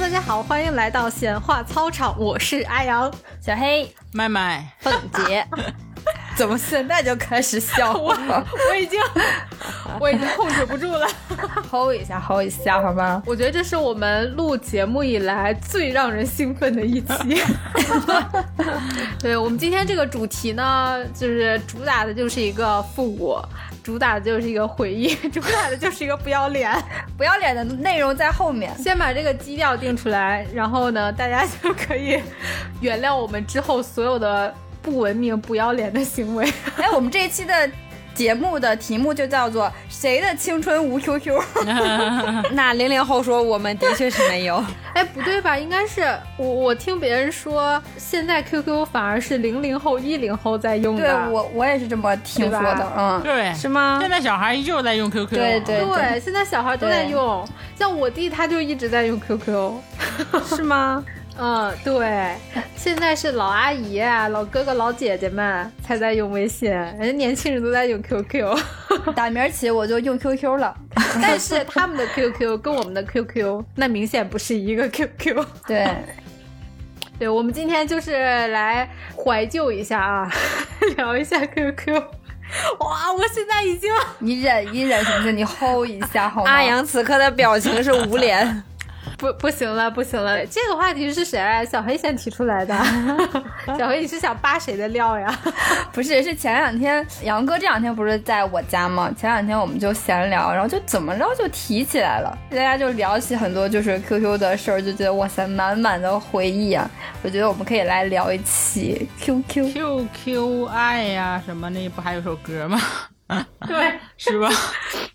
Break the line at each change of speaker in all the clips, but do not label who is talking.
大家好，欢迎来到闲话操场，我是阿阳，
小黑、
麦麦，
凤姐，
怎么现在就开始 笑
我
了？
我已经 我已经控制不住了。
吼一下，吼一下，好吗？
我觉得这是我们录节目以来最让人兴奋的一 期。对我们今天这个主题呢，就是主打的就是一个复古，主打的就是一个回忆， 主打的就是一个不要脸。
不要脸的内容在 后面。
先把这个基调定出来，然后呢，大家就可以原谅我们之后所有的不文明、不要脸的行为。
哎，我们这一期的节目的题目就叫做“谁的青春无 QQ”。
那零零后说我们的确是没 有，
哎，不对吧？应该是我，我听别人说，现在 QQ 反而是零零后、一零后在用的。
对我，我也是这么听说
对
的。嗯，
对，
是吗
现？在小孩依旧在用 QQ，
对对
对，现在小孩都在
对
用，像我弟他就一直在用 QQ。
是吗？
嗯，对，现在是老阿姨、啊老哥哥、老姐姐们才在用微信，人家年轻人都在用 QQ，
嗯打明儿起我就用 QQ 了。
但是他们的 QQ 跟我们的 QQ 那明显不是一个 QQ。
对，
对，我们今天就是来怀旧一下啊， 聊一下 QQ。哇，我现在已经
你忍一忍行不行？你吼一下好吗？
阿阳此刻的表情是无脸，
不不行了，不行了！这个话题是谁？啊小黑先提出来的。 小黑，你是想扒谁的料呀？
不是，是前两天杨哥这两天不是在我家吗？前两天我们就闲聊，然后就怎么着就提起来了，大家就聊起很多就是 QQ 的事儿，就觉得哇塞，满满的回忆啊！我觉得我们可以来聊一期 QQ。
，QQ 爱呀什么那不还有首歌吗？
对，
是吧？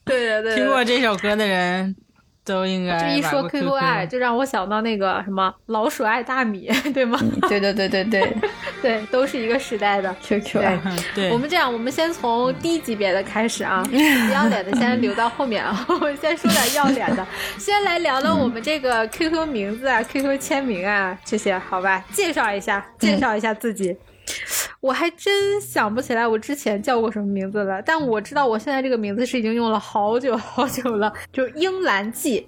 对 对
听过这首歌的人都应该
这一说
玩过
QQ 爱，就让我想到那个什么老鼠爱大米， 对吗？
对对对对对
对，都是一个时代的。
，QQ 哎，
嗯对，
我们这样，我们先从低级别的开始啊，不要脸的先留到后面啊。 我们先说点要脸的，先来聊聊我们这个 QQ 名字啊、QQ 签名啊这些，好吧？介绍一下，介绍一下自己。我还真想不起来我之前叫过什么名字了，但我知道我现在这个名字是已经用了好久好久了，就是英兰记。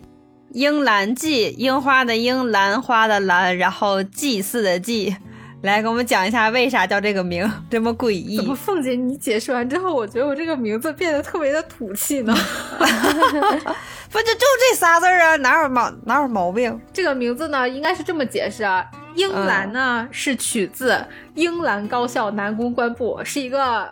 樱兰祭，樱花的樱，兰花的兰，然后祭祀的祭。来，给我们讲一下为啥叫这个名，这么诡异
怎么，凤姐你解释完之后，我觉得我这个名字变得特别的土气呢？
不就就这仨字儿啊？哪有毛哪有毛病？
这个名字呢，应该是这么解释啊。英兰呢、是取自英兰高校男公关部，是一个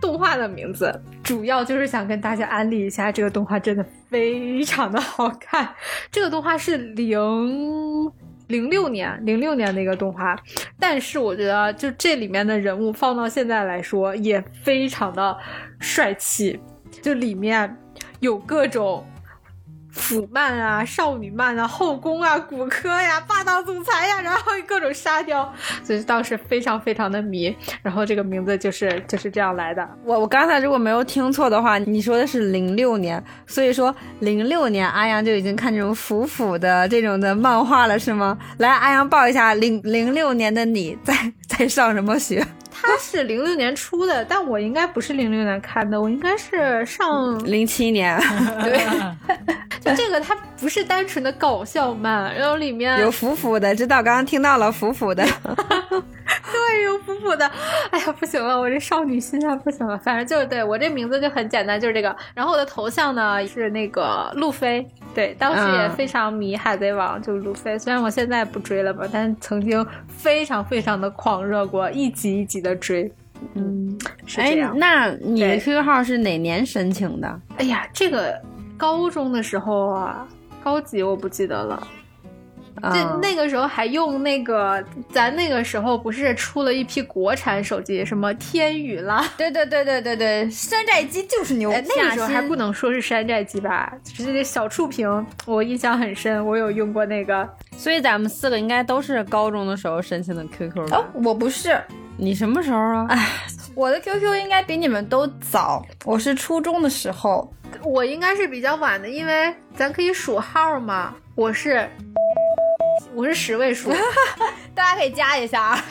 动画的名字，主要就是想跟大家安利一下，这个动画真的非常的好看。这个动画是零零六年零六年的一个动画，但是我觉得就这里面的人物放到现在来说也非常的帅气，就里面有各种腐漫啊、少女漫啊、后宫啊、骨科呀、霸道总裁呀，然后各种沙雕，所以当时非常非常的迷。然后这个名字就是就是这样来的。
我我刚才如果没有听错的话，你说的是零六年，所以说零六年阿阳就已经看这种腐腐的这种的漫画了，是吗？来，阿阳报一下零零六年的你在在上什么学？
它是零六年出的，但我应该不是零六年看的，我应该是上
零七年
就这个它不是单纯的搞笑漫，然后里面
有腐腐的，知道刚刚听到了腐腐 的，
对有补补的，哎呀不行了，我这少女心啊不行了，反正就是对我这名字就很简单，就是这个。然后我的头像呢是那个路飞，对，当时也
嗯
非常迷海贼王，就是路飞。虽然我现在不追了吧，但曾经非常非常的狂热过，一集一集的追。嗯，是
哎
这样。
那你
对
QQ 号是哪年申请的？
哎呀，这个高中的时候啊，高级我不记得了。这
啊
那个时候还用那个，咱那个时候不是出了一批国产手机，什么天宇啦，
对对对对对对，山寨机就是牛。啊
哎，那个时候还不
能
能说是山寨机吧，就是那小触屏，我印象很深，我有用过那个。
所以咱们四个应该都是高中的时候申请的 QQ 吧？
哦，我不是，
你什么时候啊？
我的 QQ 应该比你们都早，我是初中的时候。
我应该是比较晚的，因为咱可以数号嘛。我是我是十位数，
大家可以加一下啊。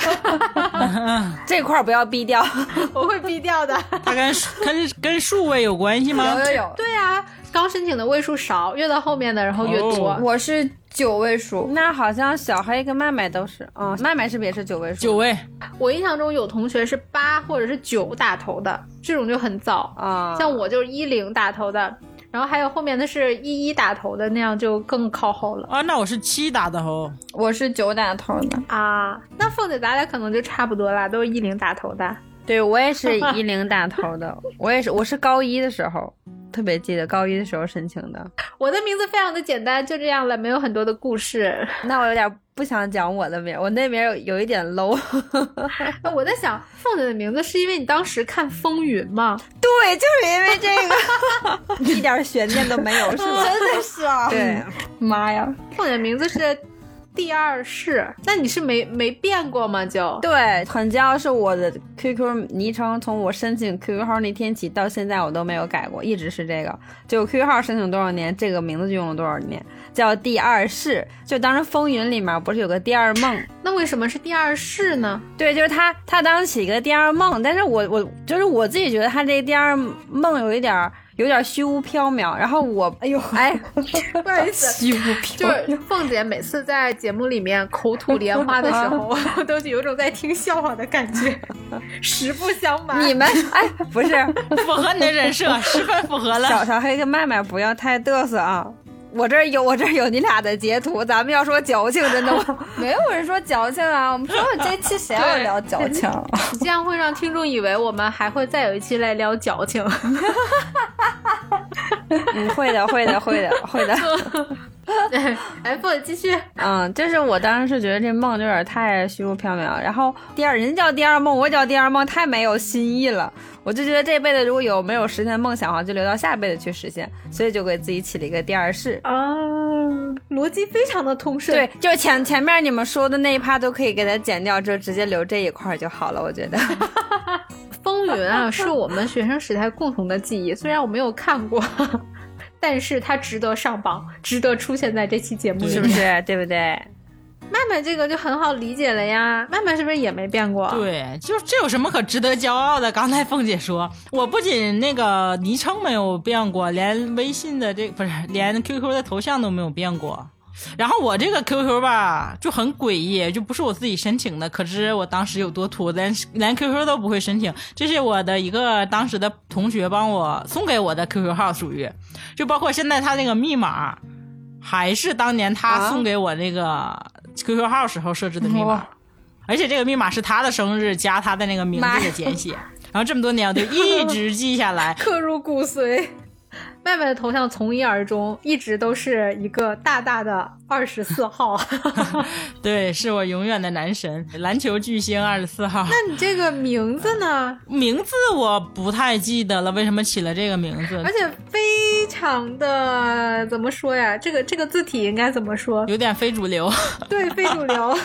这块儿不要逼掉。
我会逼掉 的。
它跟跟跟数位有关系吗
有？有有，
对啊，刚申请的位数少，越到后面的然后越多。
哦
我是九位数，
那好像小黑跟麦麦都是，嗯，麦麦是不是也是九位数？
九位，
我印象中有同学是八或者是九打头的，这种就很早。
啊，
像我就是一零打头的，然后还有后面的是一一打头的，那样就更靠后了。
啊，那我是七打的 哦。
我是九打头的。
啊，那凤姐咱俩可能就差不多啦，都是一零打头的。
对我也是一零打头的，我也是，我是高一的时候，特别记得高一的时候申请的。
我的名字非常的简单，就这样了，没有很多的故事。
那我有点不想讲我的名儿，我那名儿有有一点 low。
哎 我在想，凤姐的名字是因为你当时看《风云》吗？
对，就是因为这个， 一点悬念都没有，是吗？
真的是啊，
嗯
对，
妈呀！
凤姐的名字是第二世，那你是没没变过吗？就
对，很骄傲是我的 QQ 昵称，从我申请 QQ 号那天起到现在我都没有改过，一直是这个。就 QQ 号申请多少年，这个名字就用了多少年，叫第二世。就当时《风云》里面不是有个第二梦？
那为什么是第二世呢？
对，就是他，他当时起一个第二梦，但是我我就是我自己觉得他这个第二梦有一点儿有点儿虚无缥缈，然后我哎呦哎，
不好意思。
西部片
就是凤姐每次在节目里面口吐莲花的时 候，我都有种在听笑话的感 觉。实不相瞒，
你们哎不 是
符合你的人设，十分符合了。
小小黑跟麦麦不要太嘚瑟啊！我这儿有我这儿有你俩的截图，咱们要说矫情，真的吗？
没有人说矫情啊，我们说这期谁要聊矫情？
这样会让听众以为我们还会再有一期来聊矫情。
嗯，会的，会的，会的，会的。
对，哎，凤姐继续。
嗯，就是我当时是觉得这梦就有点太虚无缥缈，然后第二人家叫第二梦，我叫第二梦，太没有新意了。我就觉得这辈子如果有没有实现的梦想的话，就留到下辈子去实现，所以就给自己起了一个第二世。
啊，逻辑非常的通顺。
对，，就是前前面你们说的那一趴都可以给它剪掉，就直接留这一块儿就好了。我 觉得
风云啊， 是我们学生时代共同的记忆，虽然我没有看过， 但是它值得上榜，值得出现在这期节目里
是
面
不。是？对不对？
麦麦这个就很好理解了呀，麦麦是不是也没变过？。
对，就是这有什么可值得骄傲的？刚才凤姐说，我不仅那个昵称没有变过，连微信的这不是 连 QQ 的头像都没有变过。然后我这个 QQ 吧就很诡异，就不是我自己申请的，可知我当时有多土，连 连 QQ 都不会申请。这是我的一个当时的同学帮我送给我的 QQ 号，属于就包括现在他那个密码，还是当年他送给我那个 QQ 号时候设置的密码。而且这个密码是他的生日加他的那个名字的简写，然后这么多年我就一直记下来
刻入骨髓。麦麦的头像从一而终，一直都是一个大大的二十四号。
对，是我永远的男神，篮球巨星二十四号。
那你这个名字 呢？
名字我不太记得了，为什么起了这个名字
而？且非常的怎么说呀？这个这个字体应该怎么说？
有点非 主流，
对，非主流。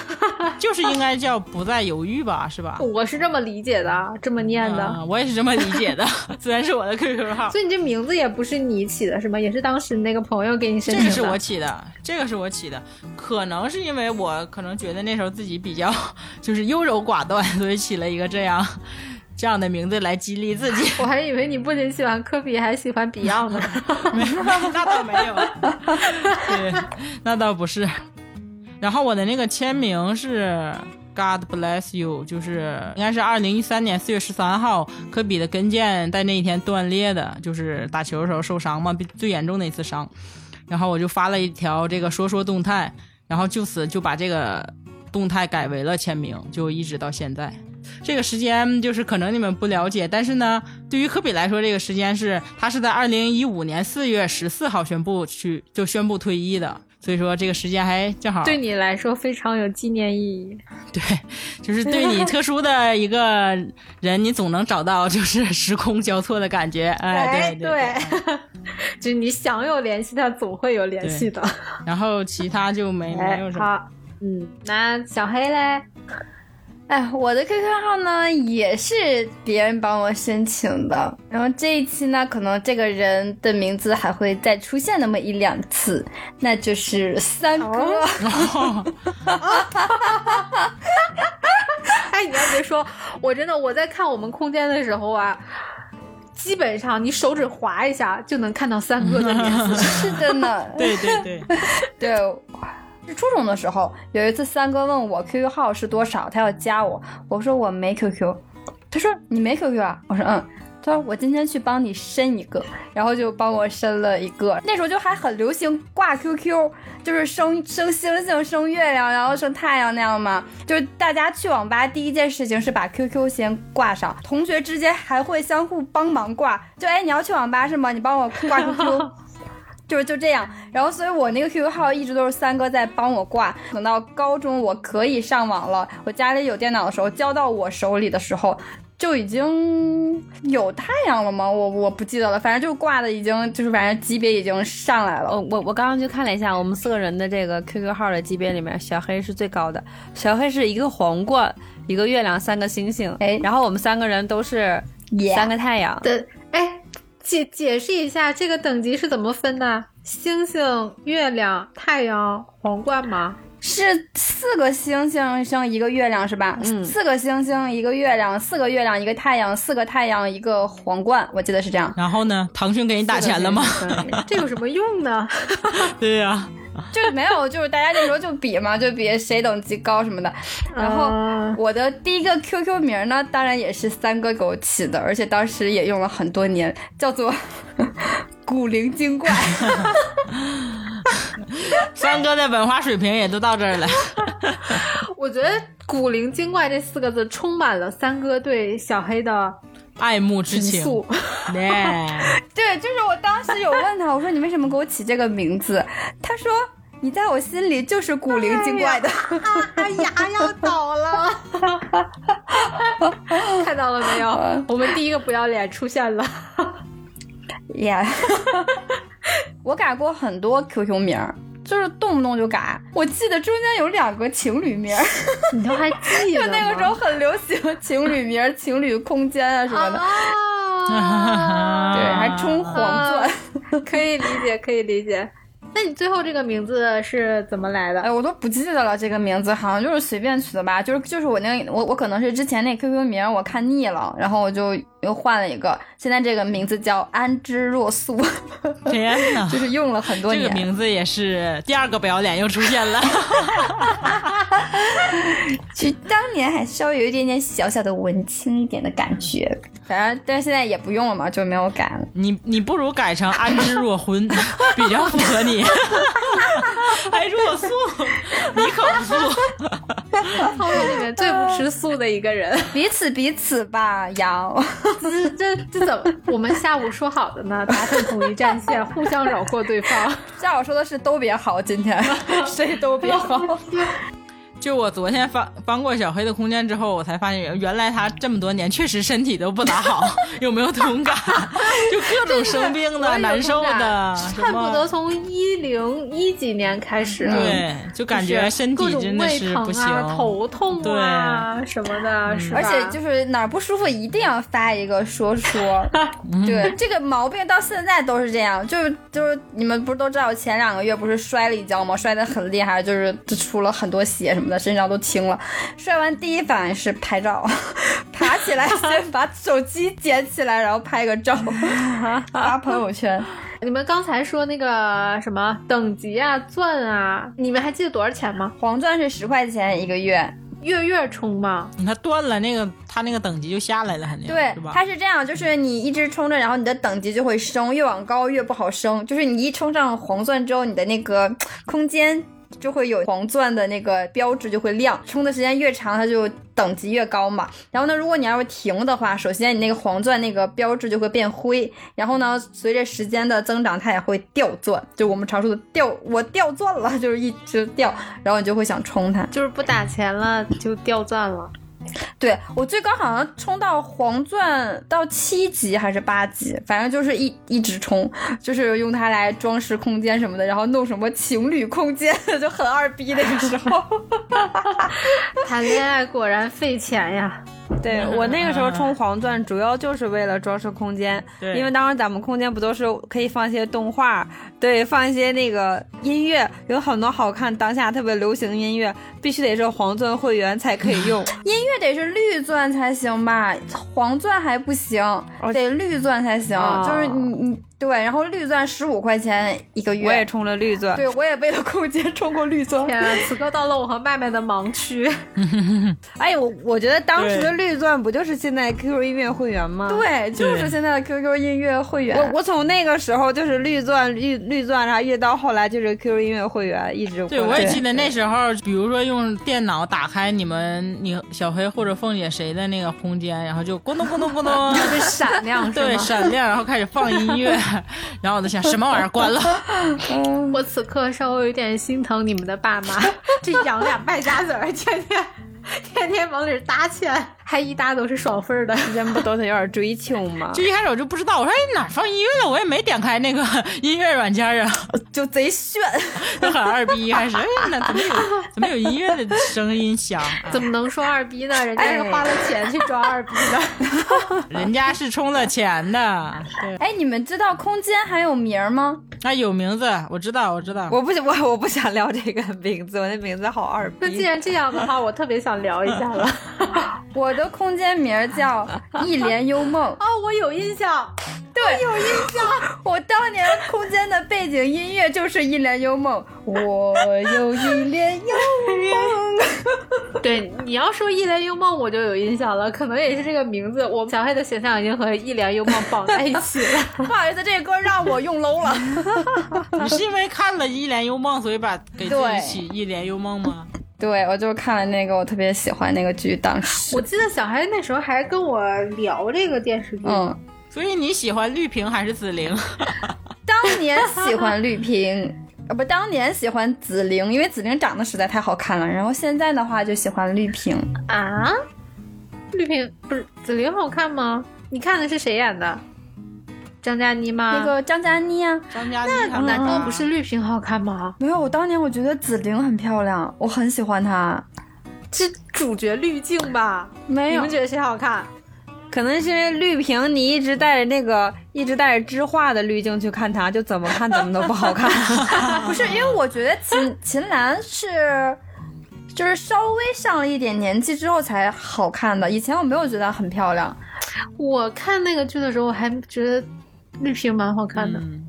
就是应该叫不再犹豫吧，是吧？
我是这么理解的，啊，这么念的。
嗯，我也是这么理解的。 虽然是我的 QQ 号，
所以你这名字也不是你起的，是吗？也是当时你那个朋友给你申
这
请的。
个是我起的，这个是我起的，可能是因为我可能觉得那时候自己比较 就是优柔寡断，所以起了一个这样 这样的名字来激励自己。
我还以为你不仅喜欢科比，还喜欢 Beyond 呢。
没有，那倒没有，对，那倒不是。然后我的那个签名是 God bless you，就是应该是二零一三年四月十三号，科比的跟腱在那一天断裂的，就是打球的时候受伤嘛，比最严重的一次伤。然后我就发了一条这个说说动态，然后就此就把这个动态改为了签名，就一直到现在。这个时间就是可能你们不了解，但是呢，对于科比来说，这个时间是他是在二零一五年四月十四号宣布去就宣布退役的，所以说这个时间还正好
对你来说非常有纪念意义。
对，就是对你特殊的一个人，你总能找到就是时空交错的感觉，哎，对对
对，就是你想有联系，他总会有联系的。
然后其他就没没
哎
有，什么。
好，嗯，那小黑嘞？
哎，我的 QQ 号呢也是别人帮我申请的，然后这一期呢，可能这个人的名字还会再出现那么一两次，那就是三哥。
哎，你要别说，我真的我在看我们空间的时候啊，基本上你手指划一下就能看到三哥的名字。
是的呢，
对对对，
对，是初中的时候，有一次三哥问我 QQ 号是多少，他要加我，我说我没 QQ，他说你没 QQ 啊？我说嗯。他说我今天去帮你申一个，然后就帮我申了一个。那时候就还很流行挂 QQ，就是升升星星、升月亮，然后升太阳那样嘛。就是大家去网吧第一件事情是把 QQ 先挂上，同学之间还会相互帮忙挂。就哎，你要去网吧是吗？你帮我挂 QQ。就是就这样，然后所以我那个 QQ 号一直都是三哥在帮我挂。等到高中我可以上网了，我家里有电脑的时候，交到我手里的时候，就已经有太阳了吗？我我不记得了，反正就挂的已经就是反正级别已经上来 了。
哦，我我刚刚去看了一下，我们四个人的这个 QQ 号的级别里面，小黑是最高的。小黑是一个皇冠，一个月亮，三个星星。
哎
然后我们三个人都是
Yeah
三个太阳。
对，哎，解解释一下这个等级是怎么分的？星星、月亮、太阳、皇冠 吗？
是四个星星上一个月亮是吧？
嗯
四个星星一个月亮，四个月亮一个太阳，四个太阳一个皇冠，我记得是这样。
然后呢？腾讯给你打钱了吗？
四个星嗯星
这有什么用 呢？
对呀、
就是没有，就是大家那时候就比嘛，就比谁等级高什么的。然后
嗯
我的第一个 QQ 名呢，当然也是三哥给我起的，而且当时也用了很多年，叫做 古灵 精怪。
三哥的文化水平也都到这儿了。
我觉得“古灵精怪”这四个字充满了三哥对小黑的
爱慕之
情
情，
愫。
对，
对，就是我当时有问他，我说你为什么给我起这个名字？他说你在我心里就是古灵精怪的。
哎呀，要倒了！ 看到了没有？我们第一个不要脸出现了。
耶， 我改过很多 QQ 名儿，就是动不动就改。我记得中间有两个情侣名儿。
你都还记
就那 个时候很流行情侣名儿、情侣空间啊什 么的，
啊，
对，还充黄钻。
呃可以理解，可以理解。那你最后这个名字是怎么来的？
哎，我都不记得了这个名字，好像就是随便取的吧。就是就是我那个我我可能是之前那 QQ 名儿我看腻了，然后我就又换了一个，现在这个名字叫安之若素，
天哪！
就是用了很多
这
年。
个名字也是第二个不要脸又出现了，
其实当年还稍微有一点点小小的文青一点的感觉，反正但是现在也不用了嘛，就没有改了。
你你不如改成安之若昏， 比较符合你。 还若素，你可不素。
后面里面最不吃素的一个人，
彼此彼此吧，杨。
这这这怎么？我们下午说好的呢，达成统一战线，互相饶过对 方。
像我说的是都别好，今天谁都别好。
就我昨天翻翻过小黑的空间之后，我才发现原来他这么多年确实身体都不咋好， 有没有同感？就各种生病的、难受的，什
恨
么
不得从一零一几年开始，啊
对，就感觉身
各
体
种
真的
胃
是
疼
不行。嗯
啊、头痛啊什么的，是吧？
而且就是哪儿不舒服一定要发一个 说说，对这个毛病到现在都是这样，就是就是你们不是都知道我前两个月不是摔了一跤吗？摔得很厉害，就是出了很多血什么的，身上都青了。摔完第一反应是拍照， 爬起来先把手机捡起来，然后拍个 照，发朋友圈。
你们刚才说那个什么等级啊、钻啊，你们还记得多少钱吗？
黄钻是十块钱一个月，
月月充吗？
你看断了那个，他那个等级就下来了，肯定
对
是，吧？嗯
它是这样，就是你一直冲着，然后你的等级就会升，越往高越不好升。就是你一冲上黄钻之后，你的那个空间就会有黄钻的那个标志就会亮，冲的时间越长，它就等级越高嘛。然后呢，如果你要是停的话，首先你那个黄钻那个标志就会变灰，然后呢，随着时间的增长，它也会掉钻，就我们常说的掉，我掉钻了，就是一直掉，然后你就会想冲它。
就是不打钱了就掉钻了。
对我最高好像冲到黄钻到七级还是八级，反正就是一一直冲，就是用它来装饰空间什么的，然后弄什么情侣空间， 就很二逼那个时候。
谈恋爱果然费钱呀。
对我那个
嗯
时候充黄钻，主要就是为了装饰空间，
对
因为当时咱们空间不都是可以放一些动画，对，放一些那个音乐，有很多好看当下特别流行的音乐，必须得是黄钻会员才可 以用。
音乐得是绿钻才行吧，黄钻还不行，得绿钻才行。
哦
就是你你对，然后绿钻十五块钱一个月。
我也充了绿钻，
对，我也为了空间充过绿钻。
天啊，此刻到了我和麦麦的盲区。
哎，我我觉得当时的绿钻不就是现在 QQ 音乐会员吗？。
对，就是
对
现在的 QQ 音乐会员。
我我从那个时候就是绿钻绿绿钻，然后一直到后来就是 QQ 音乐会员，一直
对，
过
我
来
也记得那时候，比如说用电脑打开你们你小黑或者凤姐谁的那个空间，然后就咕咚咕咚 咕咚，
是闪 亮是
对，
吗？
闪亮，然后开始放音乐， 然后我就想什么玩意儿关了，
我此刻稍微有点心疼你们的爸妈， 这养俩败家子儿，天天天天往里搭钱，还一搭都是爽份儿的。
人不都得有点追求吗？
就一开始我就不知道，我说哎哪儿放音乐了，我也没点开那个音乐软件啊，
就贼炫，
就很二逼，一开始哎那怎么有怎么有音乐的声音响？啊
怎么能说二逼呢？
哎
人家是 花了钱去装二逼的。
人家是充了钱的，对，
哎，你们知道空间还有名儿吗？
那有名字，我知道，我知道，
我不 想我我不想聊这个名字，我那名字好二
那既
逼。
然这样的话，我特别想聊一下 了。
我的空间名儿 叫一帘幽 梦。
哦，我有印象，
对，有印象。我当年空间的背景音乐就是《一帘幽 梦》，我有一帘幽梦。
对，你要说一帘幽梦，我就有印象了，可能也是这个名字。我小黑的形象已经和一帘幽梦绑在一起了。
不好意思，这个歌让我用 low 了。
你是因为看了《一帘幽梦》，所以把给自己起《一帘幽梦》吗？
对，我就是看了那个，我特别喜欢那个剧，当 时
我。记得小黑那时候还跟我聊这个电视剧，
嗯，
所以你喜欢绿萍还是紫菱？
当年喜欢绿萍，呃，不，当年喜欢紫菱，因为紫菱长得实在太好看了。然后现在的话就喜欢绿萍，
啊？绿萍不是紫菱好看吗？你看的是谁演的？张嘉倪吗？
那个张嘉倪啊。
张
嗯
嘉倪他们
难道
啊
不是绿萍好看吗？
没有，我当年我觉得紫菱很漂亮，我很喜欢她。
这主角滤镜吧？
没
你
有
们，觉得谁好看？
可能是因为绿屏，你一直带着那个一直带着知画的滤镜去看它，就怎么看怎么都不好 看。
不是，因为我觉得 秦秦岚是，就是稍微上了一点年纪之后才好看的，以前我没有觉得很漂亮。
我看那个剧的时候，我还觉得绿萍蛮好看的。
嗯，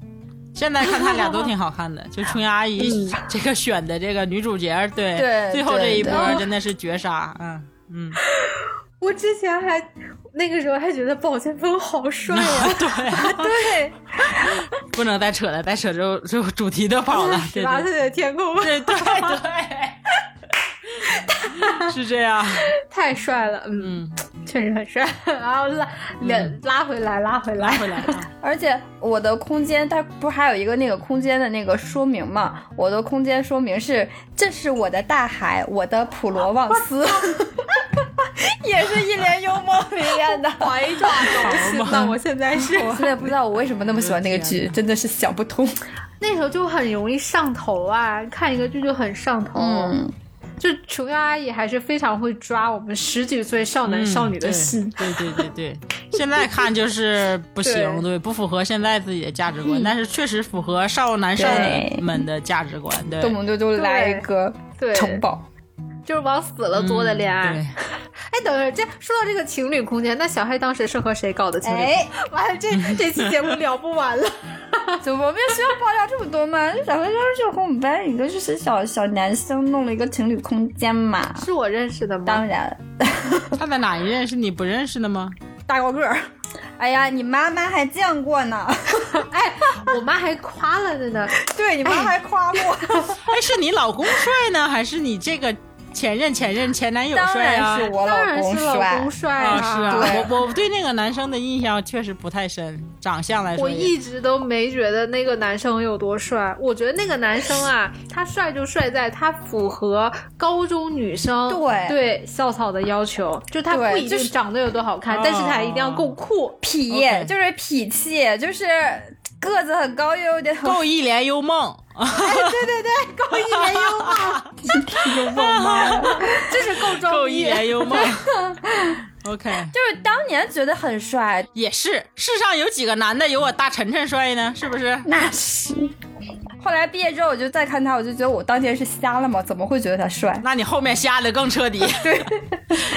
现在看他俩都挺好看的，就琼瑶阿姨这个选的这个女主角，对，
对
最后这一波
对
真的是绝杀，嗯嗯，
我之前还那个时候还觉得宝剑锋好帅啊呀、
对
对，
不能再扯了，再扯就就主题都跑 了，
十
对
八
对
岁的天空
对对对， 是这样，
太帅了，嗯，
嗯，
确实很帅。 然后拉拉拉回来，拉回来
拉。回来啊，
而且我的空间它不是还有一个那个空间的那个说明嘛？我的空间说明是这是我的大海，我的普罗旺斯，也是一帘幽梦里面的。
怀抓
好
心
嘛
那我现在是
我现在不知道我为什么那么喜欢那个剧，真的是想不通。
那时候就很容易上头啊，看一个剧就很上头。
嗯，
就琼瑶阿姨还是非常会抓我们十几岁少男
嗯
少女的心。
对对对对对，现在看就是不行，
对
对不符合现在自己的价值观，但是确实符合少男少女
对
们的价值观，对，
动不动就来一个
对，
城堡。
就是往死了作的恋爱。
嗯
哎，等会儿，这说到这个情侣空间，那小黑当时是和谁搞的情侣？
哎，
完 了，这这期节目聊不完了。
怎么我们需要爆料这么多吗？就小黑当时就和我们班一个就是小小男生弄了一个情侣空间嘛。
是我认识的吗
当？然，
对，他在哪一任是你不认识的吗？
大高个儿。 哎呀，你妈妈还见过 呢，
哎，我妈还夸了的呢。
哎对你妈还夸过。
哎，是你老公帅呢，还是你这个前任、前任、前男友
当
帅啊
然是我
当
老
然
公
是老
帅
公。帅
啊，是啊，
对
我我对那个男生的印象确实不太深，长相来说
我
也
一直都没觉得那个男生有多帅，我觉得那个男生啊，他帅就帅在他符合高中女生
对
对校草的要求，就他
对
不一
就
定
是
长得有多好看，但是他一定要够酷。
痞
OK
就是痞气，就是个子很高又有点
够一帘幽梦，
高一年优 嘛，
幽默吗？ 就是够
够
装
一
逼，
帘幽梦。OK，
就是当年觉得很帅，
也是，世上有几个男的有我大晨晨帅呢？是不是？
那是。后来毕业之后，我就再看他，我就觉得我当年是瞎了吗？怎么会觉得他帅？
那你后面瞎的更 彻底。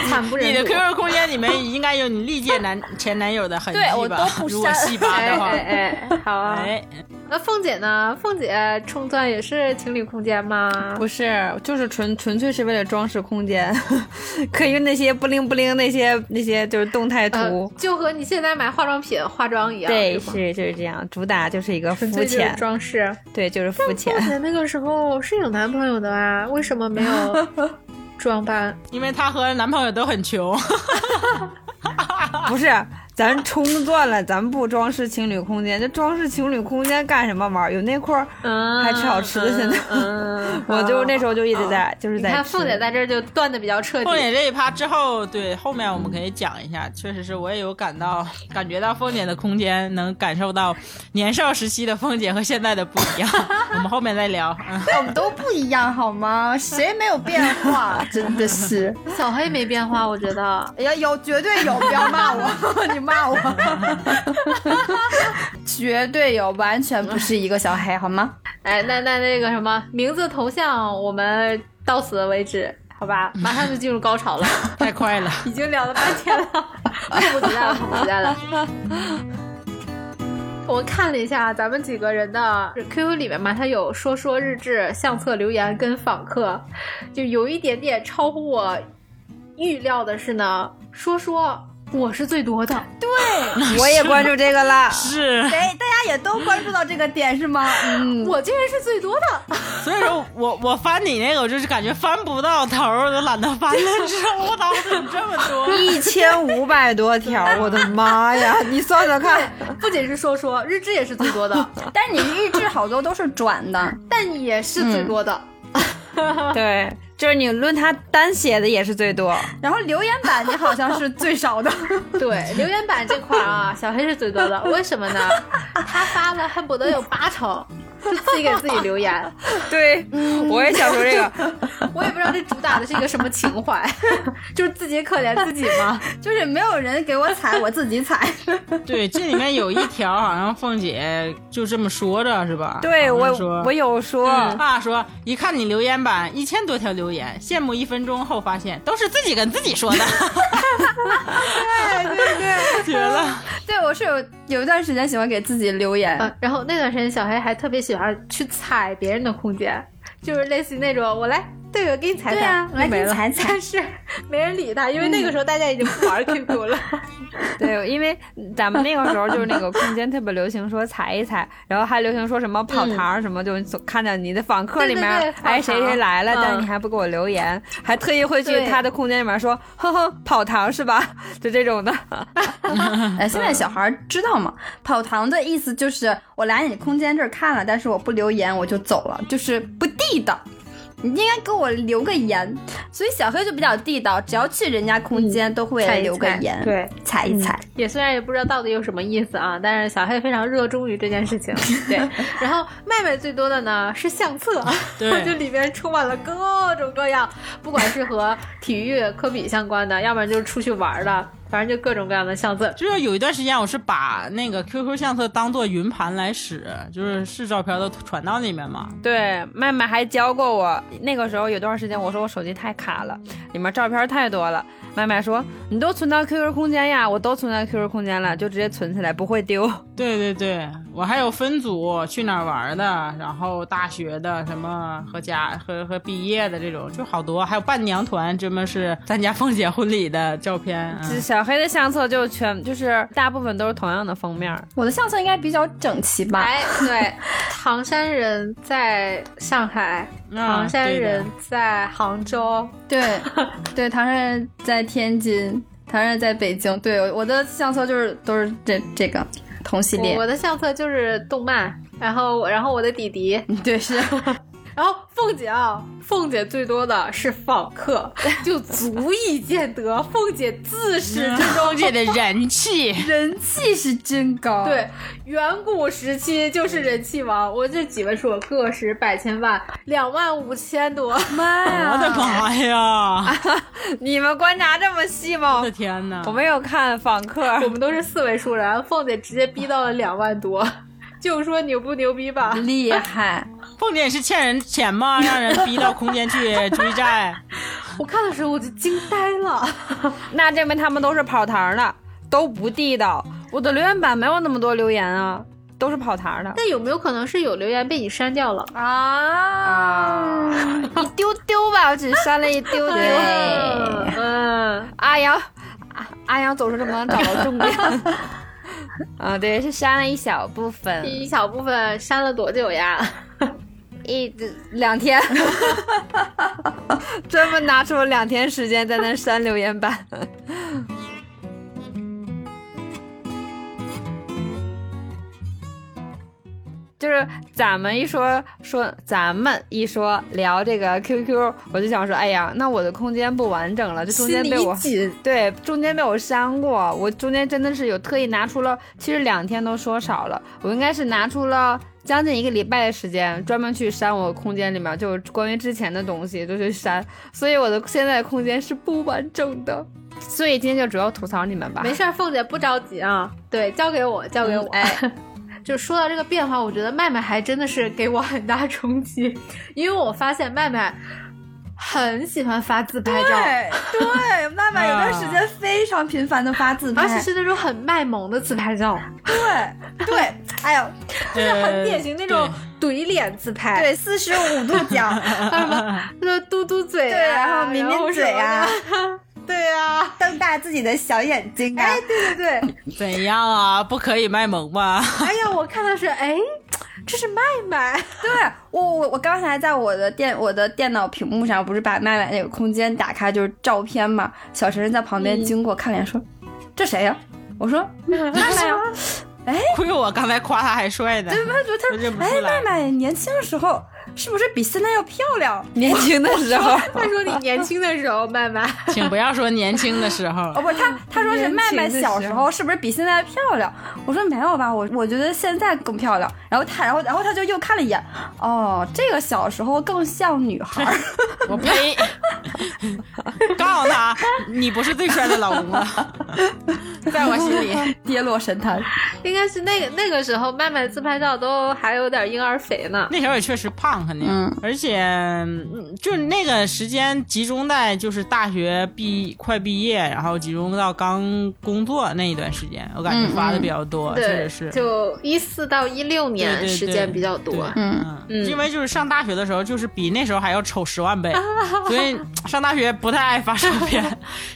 惨不
你
忍
的
睹。
QQ 空间里面应该有你历届男 前男友的痕迹
对我
吧？
都不
如果
删
细扒
哎
的话，
哎哎，好啊！
哎，
那凤姐呢？凤姐冲钻也是情侣空间吗？
不是，就是纯纯粹是为了装饰空间， 可以用那些不灵不灵那些那些就是动态
呃
图。
就和你现在买化妆品化妆呃一样，
对，
吧
是就是这样，主打就是一个
纯
肤
粹就是
浅，
装饰。
对，就是肤浅
凤。姐那个时候是有男朋友的啊，为什么没有装扮？
因为她和男朋友都很穷，
不是，咱冲钻了，咱不装饰情侣空间，就装饰情侣空间干什么玩儿？有内裤儿，
嗯
还吃好吃的现在
嗯哦
我就那时候就一直在，就是
你
在。
看凤姐，在这儿就断的比较彻底。
凤姐这一趴之后，对后面我们可以讲一下，确实是我也有感到感觉到凤姐的空间，能感受到年少时期的凤姐和现在的不一 样。我们后面再聊。嗯，
我们都不一样好吗？谁没有变 化？真的是，
小黑没变化，我觉 得。
哎呀，有绝对 有，不要骂我， 你骂我，绝对有，完全不是一个小黑好 吗？
哎，那那那个什么名字头像，我们到此为止，好吧？马上就进入高潮 了，
太快 了。
已经聊了半天了，迫不及待了，迫不及待了。我看了一下咱们几个人的 QQ 里面嘛，它有说说日志、相册留言跟访客，就有一点点超乎我预料的是呢，说说我是最多的，
我也关注这个了。
是，
谁哎大家也都关注到这个点是 吗？嗯，
我竟然是最多的，
所以说我我翻你那个，我就是感觉翻不到头儿，我都懒得翻了。知道我脑子怎么这么多？
一千五百多条，我的妈 呀！你算算看，
不仅是说说日志也是最多 的，
但你日志好多都是转的，
但也是最
嗯
多的。
对，就是你论他单写的也是最多，
然后留言板你好像是最少的，
对，留言板这块儿啊，小黑是最多的，为什么呢？他发了恨不得有八成。是自己给自己留言，
对，我也想说这 个，
我也不知道这主打的是一个什么情怀，就是自己可怜自 己嘛。
就是没有人给我踩，我自己踩。
对，这里面有一条好像凤姐就这么说着是吧？
对
好像
我
说嗯
我有说，
爸说，一看你留言板一千多条留言，羡慕一分钟后发现都是自己跟自己 说的，
对对对，
绝了！
对我是有有一段时间喜欢给自己留言，
嗯，然后那段时间小黑还特别喜欢去踩别人的空间，就是类似于那种我来队友给你踩
对
踩，
啊
就
来给
没
你
了
踩嗯踩
但是没人理他，因为那个时候大家已经不玩 QQ 了。
对，因为咱们那个时候就是那个空间特别流行说踩一踩，然后还流行说什么跑堂儿什么，就总看到你的访客里面，
对对对
哎谁谁来了，
跑堂
但是你还不给我留言，还特意会去
对
他的空间里面说，哼哼，跑堂是吧？就这种的，
哎，现在小孩儿知道吗？跑堂的意思就是我来你空间这儿看了，但是我不留言我就走了，就是不地道。你应该给我留个言，所以小黑就比较地道，只要去人家空间都会留个言，
对，
嗯踩嗯一踩。
也虽然也不知道到底有什么意思啊，但是小黑非常热衷于这件 事情。对，然后妹妹最多的呢是相册，
对
就里面充满了各种各样，不管是和体育、科比相关的，要不然就是出去玩的，反正就各种各样的相册。
就是有一段时间，我是把那个 QQ 相册当做云盘来使，就是是照片都传到里面嘛。
对，麦麦还教过我，那个时候有段时间，我说我手机太卡了，里面照片太多了。麦麦说：“你都存到 QQ 空间呀，我都存到 QQ 空间了，就直接存起来，不会丢。
对对对，我还有分组去哪儿玩的，然后大学的什么和家和和毕业的这种，就好多，还有伴娘团，专门是参加凤姐婚礼的照片。嗯
这小小黑的相册就全就是大部分都是同样的封面 儿，
我的相册应该比较整齐吧？
哎，对， 唐山人在上海，
啊
唐山
对的
人在杭州，
对，对，唐山人在天津，唐山人在北京。对，我的相册就是都是这这个同系列
我。我的相册就是动漫，然后我然后我的弟弟，
对， 是
然后凤姐啊，凤姐最多的是访 客，就足以见得凤姐自始至终
中介的人气，
人气是真高。
对，远古时期就是人气王，我这几位数，个十百千万，两万五千 多。
妈
我的！妈呀！
你们观察这么细吗
我的？天 哪！
我没有看访 客
我，们都是四位数的，然后凤姐直接逼到了两万多， 就说牛不牛逼吧？
厉害，
凤姐是欠人钱吗？让人逼到空间去追债？
我看的时候我就惊呆 了，
那证明他们都是跑堂的，都不地道。我的留言板没有那么多留言啊，都是跑堂的。
那有没有可能是有留言被你删掉了？
啊！
一丢丢吧，我只删了一丢丢。
嗯嗯，
阿阳，啊阿阳总是能找到重点。啊，对，是删了一小部 分，
第一小部分删了多久呀？
一两天，专门拿出了两天时间在那删留言板。就是咱们一说说咱们一说聊这个 QQ，我就想说，哎呀，那我的空间不完整了，这中间被我
紧，
对，中间被我删过，我中间真的是有特意拿出了，其实两天都说少了，我应该是拿出了将近一个礼拜的时间，专门去删我空间里面就是关于之前的东西都去删，所以我的现在的空间是不完整的， 所以今天就主要吐槽你们吧。
没事儿，凤姐不着急啊。对，交给我，交给我。
哎，
就说到这个变化，我觉得麦麦还真的是给我很大冲击，因为我发现麦麦很喜欢发自拍照，
对，曼曼有段时间非常频繁的发自拍，
而且是那种很卖萌的自拍照，
对对，哎呦，
就是
很典型那种怼脸自拍，
对，四十五度 角，
还有什么就是嘟嘟嘴、啊，
对，然后抿抿嘴啊
然后什么，
对啊，瞪大自己的小眼睛啊，哎，对对对，
怎样啊？不可以卖萌吧？
的，哎呀，我看到是哎，这是麦麦，
对我我我刚才在我的电我的电脑屏幕上，不是把麦麦那个空间打开就是照片嘛，小陈在旁边经过，看脸说：“这谁呀、我说：“麦麦呀、
亏我刚才夸他还帅呢。
对吧？就
都认不
他，
出
哎，
来
麦麦年轻的时候是不是比现在要漂亮？
年轻的时候，
他说你年轻的时候，麦麦，
请不要说年轻的时候
哦，，不，他他说是麦麦小时候是不是比现在漂亮？我说没有吧，我我觉得现在更漂亮。然后他，然后然后他就又看了一眼，哦，这个小时候更像女 孩儿。
我呸！告诉他，你不是最帅的老公啊了，在我心里。
跌落神坛，
应该是那个那个时候麦麦自拍照都还有点婴儿肥呢，
那时候也确实胖，肯定，
嗯
而且嗯就是那个时间集中在就是大学毕快毕业，然后集中到刚工作那一段时间，我感觉发的比较多，确
对
实是，。
就一四到一六
对
年
对
时间比较多。
对嗯，因为就是上大学的时候，就是比那时候还要丑十 万倍，所以上大学不太爱发照片，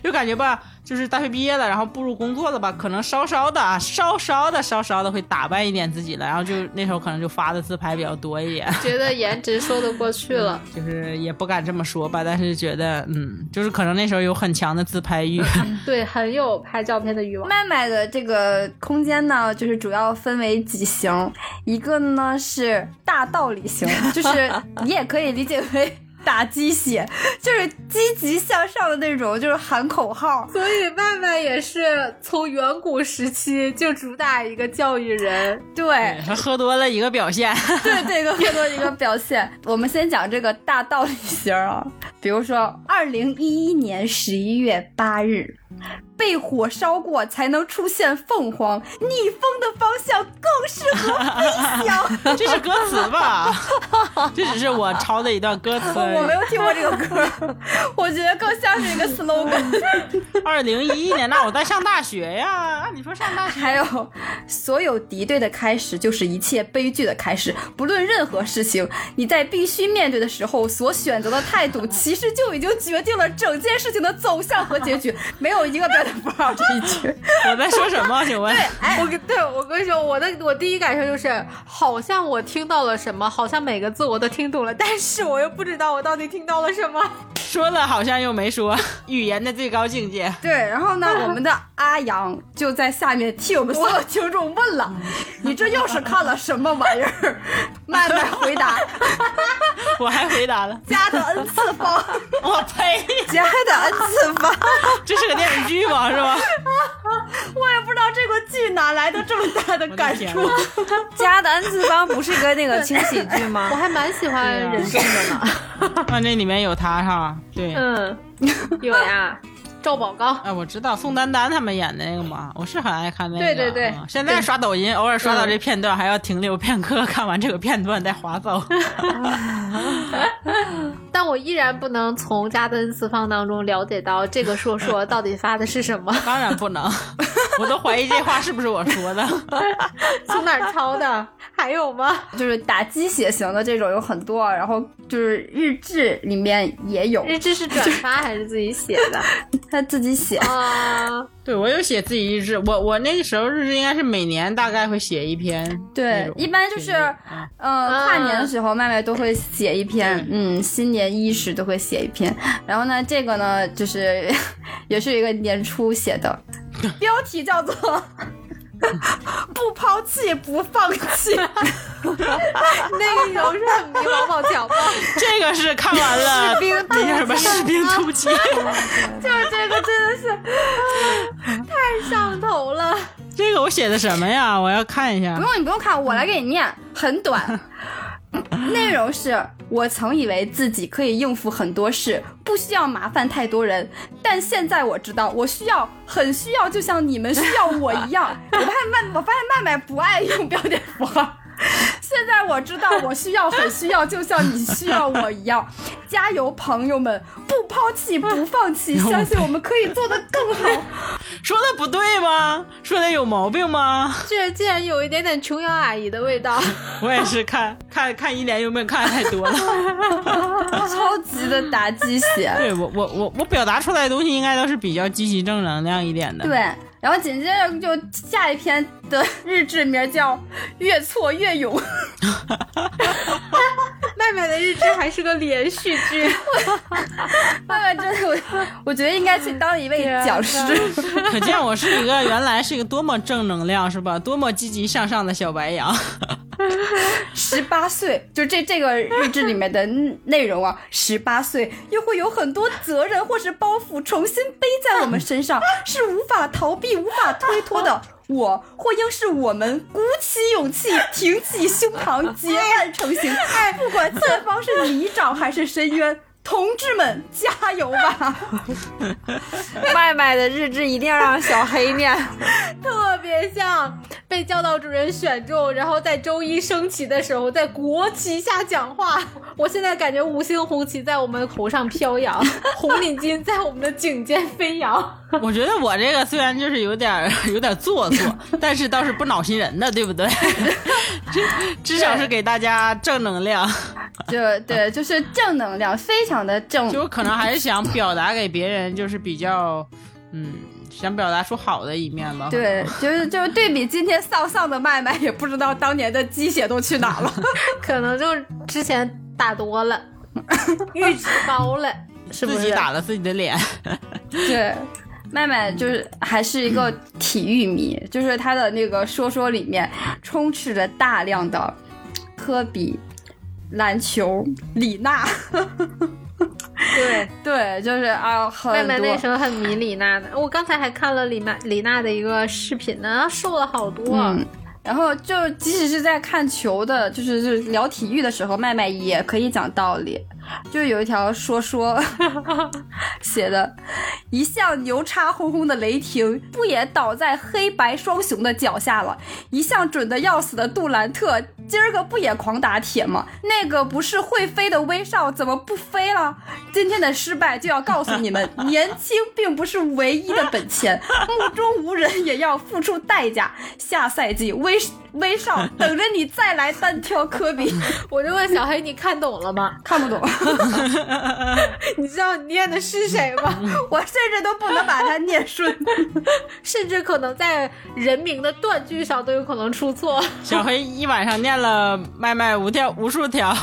就感觉吧，就是大学毕业了，然后步入工作了吧，可能稍稍的、啊，稍稍的、稍稍的会打扮一点自己了，然后就那时候可能就发的自拍比较多一点，
觉得颜值说得过去了，
就是也不敢这么说吧，但是觉得嗯，就是可能那时候有很强的自拍欲，
对，很有拍照片的欲望。
麦麦的这个空间呢，就是主要分为几型，一个呢是大道理型，就是你也可以理解为打鸡血，就是积极向上的那种，就是喊口号。
所以麦麦也是从远古时期就主打一个教育人，
对，
还喝多了一个表现，
对这个更多一个表现。我们先讲这个大道理型啊，比如说二零一一年十一月八日，被火烧过才能出现凤凰，逆风的方向更适合飞翔。
这是歌词吧？ 这只是我抄的一段歌词而已。
我没有听过这个歌，我觉得更像是一个 slogan。
二零一一年，那我在上大学呀。按理说上大学，
还有，所有敌对的开始就是一切悲剧的开始。不论任何事情，你在必须面对的时候所选择的态度，其实就已经决定了整件事情的走向和结局。没有有一个表达不好这一句。
我在说什么？请问？
我跟对我跟你说，我的我第一感受就是，好像我听到了什么，好像每个字我都听懂了，但是我又不知道我到底听到了什么。
说了好像又没说，语言的最高境界。
对，然后呢，我们的阿阳就在下面替我们所有听众问了：“你这又是看了什么玩意儿？”慢慢回答，
我还回答了，
加的 n 次方，
我呸，
加的 n 次方，
这是个电视剧吗？是吧？
我也不知道这个剧哪来的这么大的
我的
感
天
触。
呐！
加的 n 次方不是个那个轻喜剧吗
我？还蛮喜欢
对啊
人生的呢。
看啊这里面有他哈，对，
嗯，有呀，赵宝刚。
哎，我知道宋丹丹他们演的那个嘛，我是很爱看那个。
对对对嗯
嗯现在刷抖音，偶尔刷到这片段，还要停留片刻，看完这个片段再划走。
但我依然不能从加的 n 次方当中了解到这个硕硕到底发的是什么，
当然不 能，我都怀疑这话是不是我说的。
从哪儿抄的？ 还有吗？
就是打鸡血型的这种有很多，然后就是日志里面也有，
日志是转发还是自己写的？
他自己写。
啊，
对我有写自己日志，我我那个时候日志应该是每年大概会写一篇那
对
种，频率。
一般就是，
嗯
呃，跨年的时候，麦麦都会写一篇，嗯，新年伊始都会写一篇。然后呢，这个呢，就是 也是一个年初写的，标题叫做 “不抛弃不放 弃
那个时候是很迷王宝强吗？
这个是看完了士兵那叫什么士兵突击，
就是这个真的是太 上头了。
这个我写的什么呀？我要看一”。下
不。用你不用看，我来给你念，很短。内容是：我曾以为自己可以应付很多事，不需要麻烦太多人，但现在我知道，我需要，很需要，就像你们需要我一样。我发现麦，我发现麦麦不爱用标点符号。现在我知道，我需要，很需要，就像你需要我一样。加油，朋友们！不抛弃，不放弃，相信我们可以做得更好。
说的不对吗？说的有毛病吗？
这竟然有一点点琼瑶阿姨的味 道，
我也是看看看一年有没有看太多了。
超级的打鸡血。
对我我我我表达出来的东西应该都是比较积极正能量一点的。
对，然后紧接着就下一篇的日志名叫《越挫越勇》，
麦麦的日志还是个连续剧，
慢慢真的我 我觉得应该去当一位讲师。
可见我是一个原来是一个多么正能量是吧？多么积极向上的小白羊。
十八岁，就这这个日志里面的内 容啊，十八岁又会有很多责任或是包袱重新背在我们身上，是无法逃避、无法推脱的。我或应是我们鼓起勇气，挺起胸膛，结伴成行。不管前方是泥沼还是深渊，同志们加油吧！
麦麦的日志一定要让小黑念。
特别像被教导主任选中，然后在周一升旗的时候，在国旗下讲话。我现在感觉五星红旗在我们头上飘 扬，红领巾在我们的颈间飞扬。
我觉得我这个虽然就是有点儿 有点做作，但是倒是不恼心人的，对不 对？至至少是给大家正能量，
就对，就是正能量，非常的正。
就我可能还是想表达给别人，就是比较嗯，想表达出好的一面吧。
对，就是就是对比今天丧丧的麦麦，也不知道当年的鸡血都去哪了。
可能就是之前打多 了，阈值高了，是不
自
是？
己打了自己的 脸，
对，麦麦就是还是一个体育迷，就是他的那个说说里面充斥着大量的科比、篮球、李娜，
对，
对，就是啊，很
麦
多
麦那时候很迷李娜的，我刚才还看了李娜李娜的一个视频呢，她瘦了好多。啊
嗯，然后就即使是在看球的，就是就是聊体育的时候，麦麦也可以讲道理。就是有一条说说 写的，一向牛叉哄哄的雷霆不也倒在黑白双雄的脚下了？一向准的要死的杜兰特今儿个不也狂打铁吗？那个不是会飞的威少怎么不飞了？今天的失败就要告诉你 们，年轻并不是唯一的本钱，目中无人也要付出代价。下赛季威威少等着你再来单挑科 比。
我就问小黑，你看懂了吗？
看不懂，
你知道你念的是谁吗？
我甚至都不能把它念 顺，
甚至可能在人名的断句上都有可能出错。
小黑一晚上念了麦麦无条 无数条，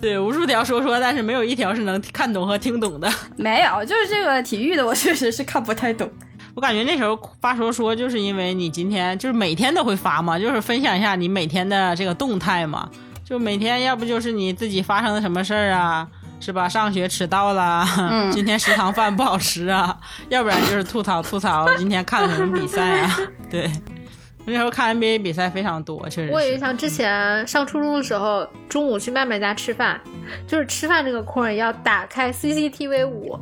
对无数条说说，但是没有一条是能看懂和听懂的。
没有，就是这个体育的，我确实是看不太懂。
我感觉那时候发说说，就是因为你今天就是每天都会发嘛，就是分享一下你每天的这个动态嘛，就每天要不就是你自己发生了什么事儿啊，是吧？上学迟到啦，
嗯
今天食堂饭不好吃啊，要不然就是吐槽吐槽今天看了什么比赛啊， 对。那时候看 NBA 比赛非常多，确实。
我也像之前上初中的时候，中午去麦麦家吃饭，就是吃饭这个空儿要打开 CCTV 五，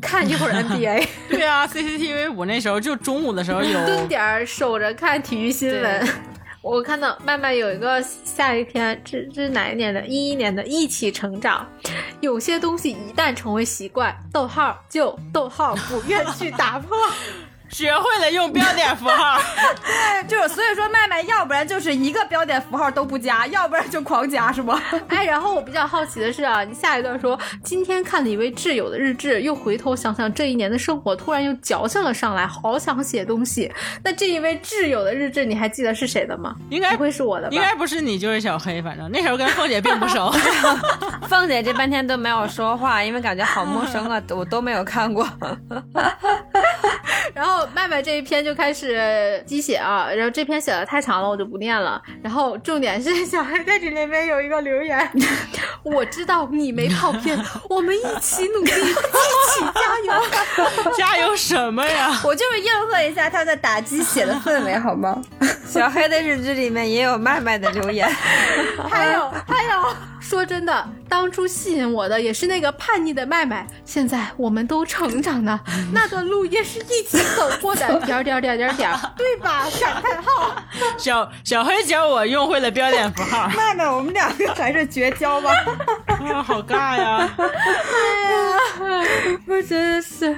看一会儿 NBA，
对啊，CCTV 五那时候就中午的时候有。
蹲点儿守着看体育新闻
对。
我看到麦麦有一个下一篇，这这是哪一年的？一一年的，一起成长。有些东西一旦成为习惯，逗号就逗号，不愿去打破。
学会了用标点符号，
就是所以说，麦麦要不然就是一个标点符号都不加，要不然就狂加，是吗？
哎，然后我比较好奇的是啊，你下一段说今天看了一位挚友的日志，又回头想想这一年的生活，突然又矫情了上来，好想写东西。那这一位挚友的日志，你还记得是谁的吗？
应该
不会是我的吧
应？该不是你就是小黑，反正那时候跟凤姐并 不熟。
凤姐这半天都没有说话，因为感觉好陌 生啊，我都没有看过。
然后麦麦这一篇就开始鸡血啊，然后这篇写的太长了，我就不念了。然后重点是小黑在这里面有一个留 言，我知道你没跑偏，我们一起努力，一起加油。
加油什么呀？
我就是应和一下他的打鸡血的氛围，好吗？
小黑的日志里面也有麦麦的留 言，
还有还有，说真的，当初吸引我的也是那个叛逆的麦麦，现在我们都成长了，那段路也是一起走过的，嗯 点儿点儿点儿点儿点儿，对 吧？感叹号。
小小黑教我用会了标点符号，
麦麦，我们两个还是绝 交吧。
啊，好尬呀！
我真的是。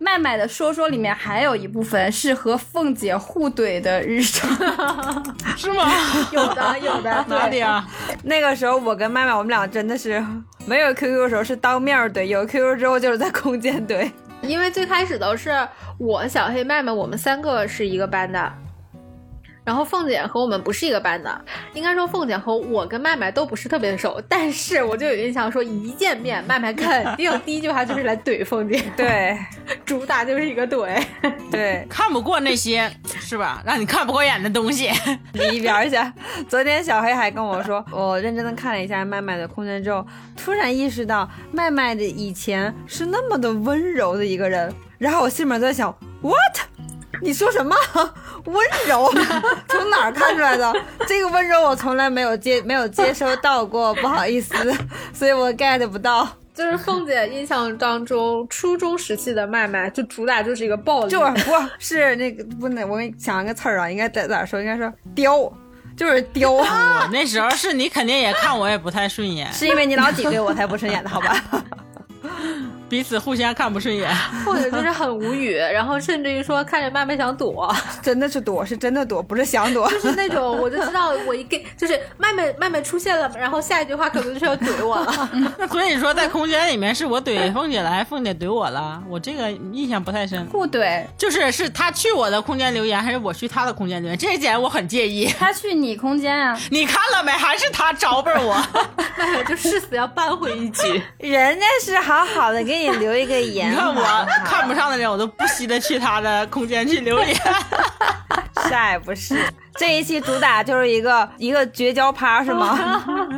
麦麦的说说里面还有一部分是和凤姐互怼的日常，
是吗？
有的有的，
哪
对
里啊？
那个时候我跟麦麦，我们俩真的是没有 QQ 的时候是当面怼，有 QQ 之后就是在空间 怼。
因为最开始都是我、小黑、麦麦，我们三个是一个班的。然后凤姐和我们不是一个班的，应该说凤姐和我跟麦麦都不是特别熟，但是我就有印象说一见面，麦麦肯 定第一句话就是来怼凤姐，
对
主打就是一个怼。
对，
看不过那些是吧？让你看不过眼的东西。
离一边儿去。昨天小黑还跟我说，我认真的看了一下麦麦的空间之后，突然意识到麦麦的以前是那么的温柔的一个人，然后我心里面在想，what？你说什么 温柔？ 从哪儿看出来的？这个温柔我从来没有接没有接收到过，不好意思， 所以我 get 不到。
就是凤姐印象当中，初中时期的麦麦就主打就是一个暴力，
就是不是那个不能，我给你想一个词儿啊，应该咋咋说？应该说刁，就是刁。
我那时候是你肯定也看我也不太顺眼，
是因为你老挤兑我才不顺眼的，好吧？
彼此互相看不顺眼。
凤姐就是很无语，然后甚至于说看着麦麦想躲，
真的是躲，是真的躲，不是想躲。
就是那种我就知道我一给就是麦麦麦麦出现了，然后下一句话可能就是要怼我了。
那所以说，在空间里面是我怼凤姐了，还是凤姐怼我了？我这个印象不太深。
互怼。
就是是他去我的空间留言，还是我去他的空间留言？这一点我很介意。
他去你空间啊，
你看了没？还是他招吧我？
麦麦就誓死要扳回一局。
人家是好好的给你留一个言啊
你看我看不上的人，我都不惜的去他的空间去留 言。
晒不是？这一期主打就是一个 一个绝交趴是吗？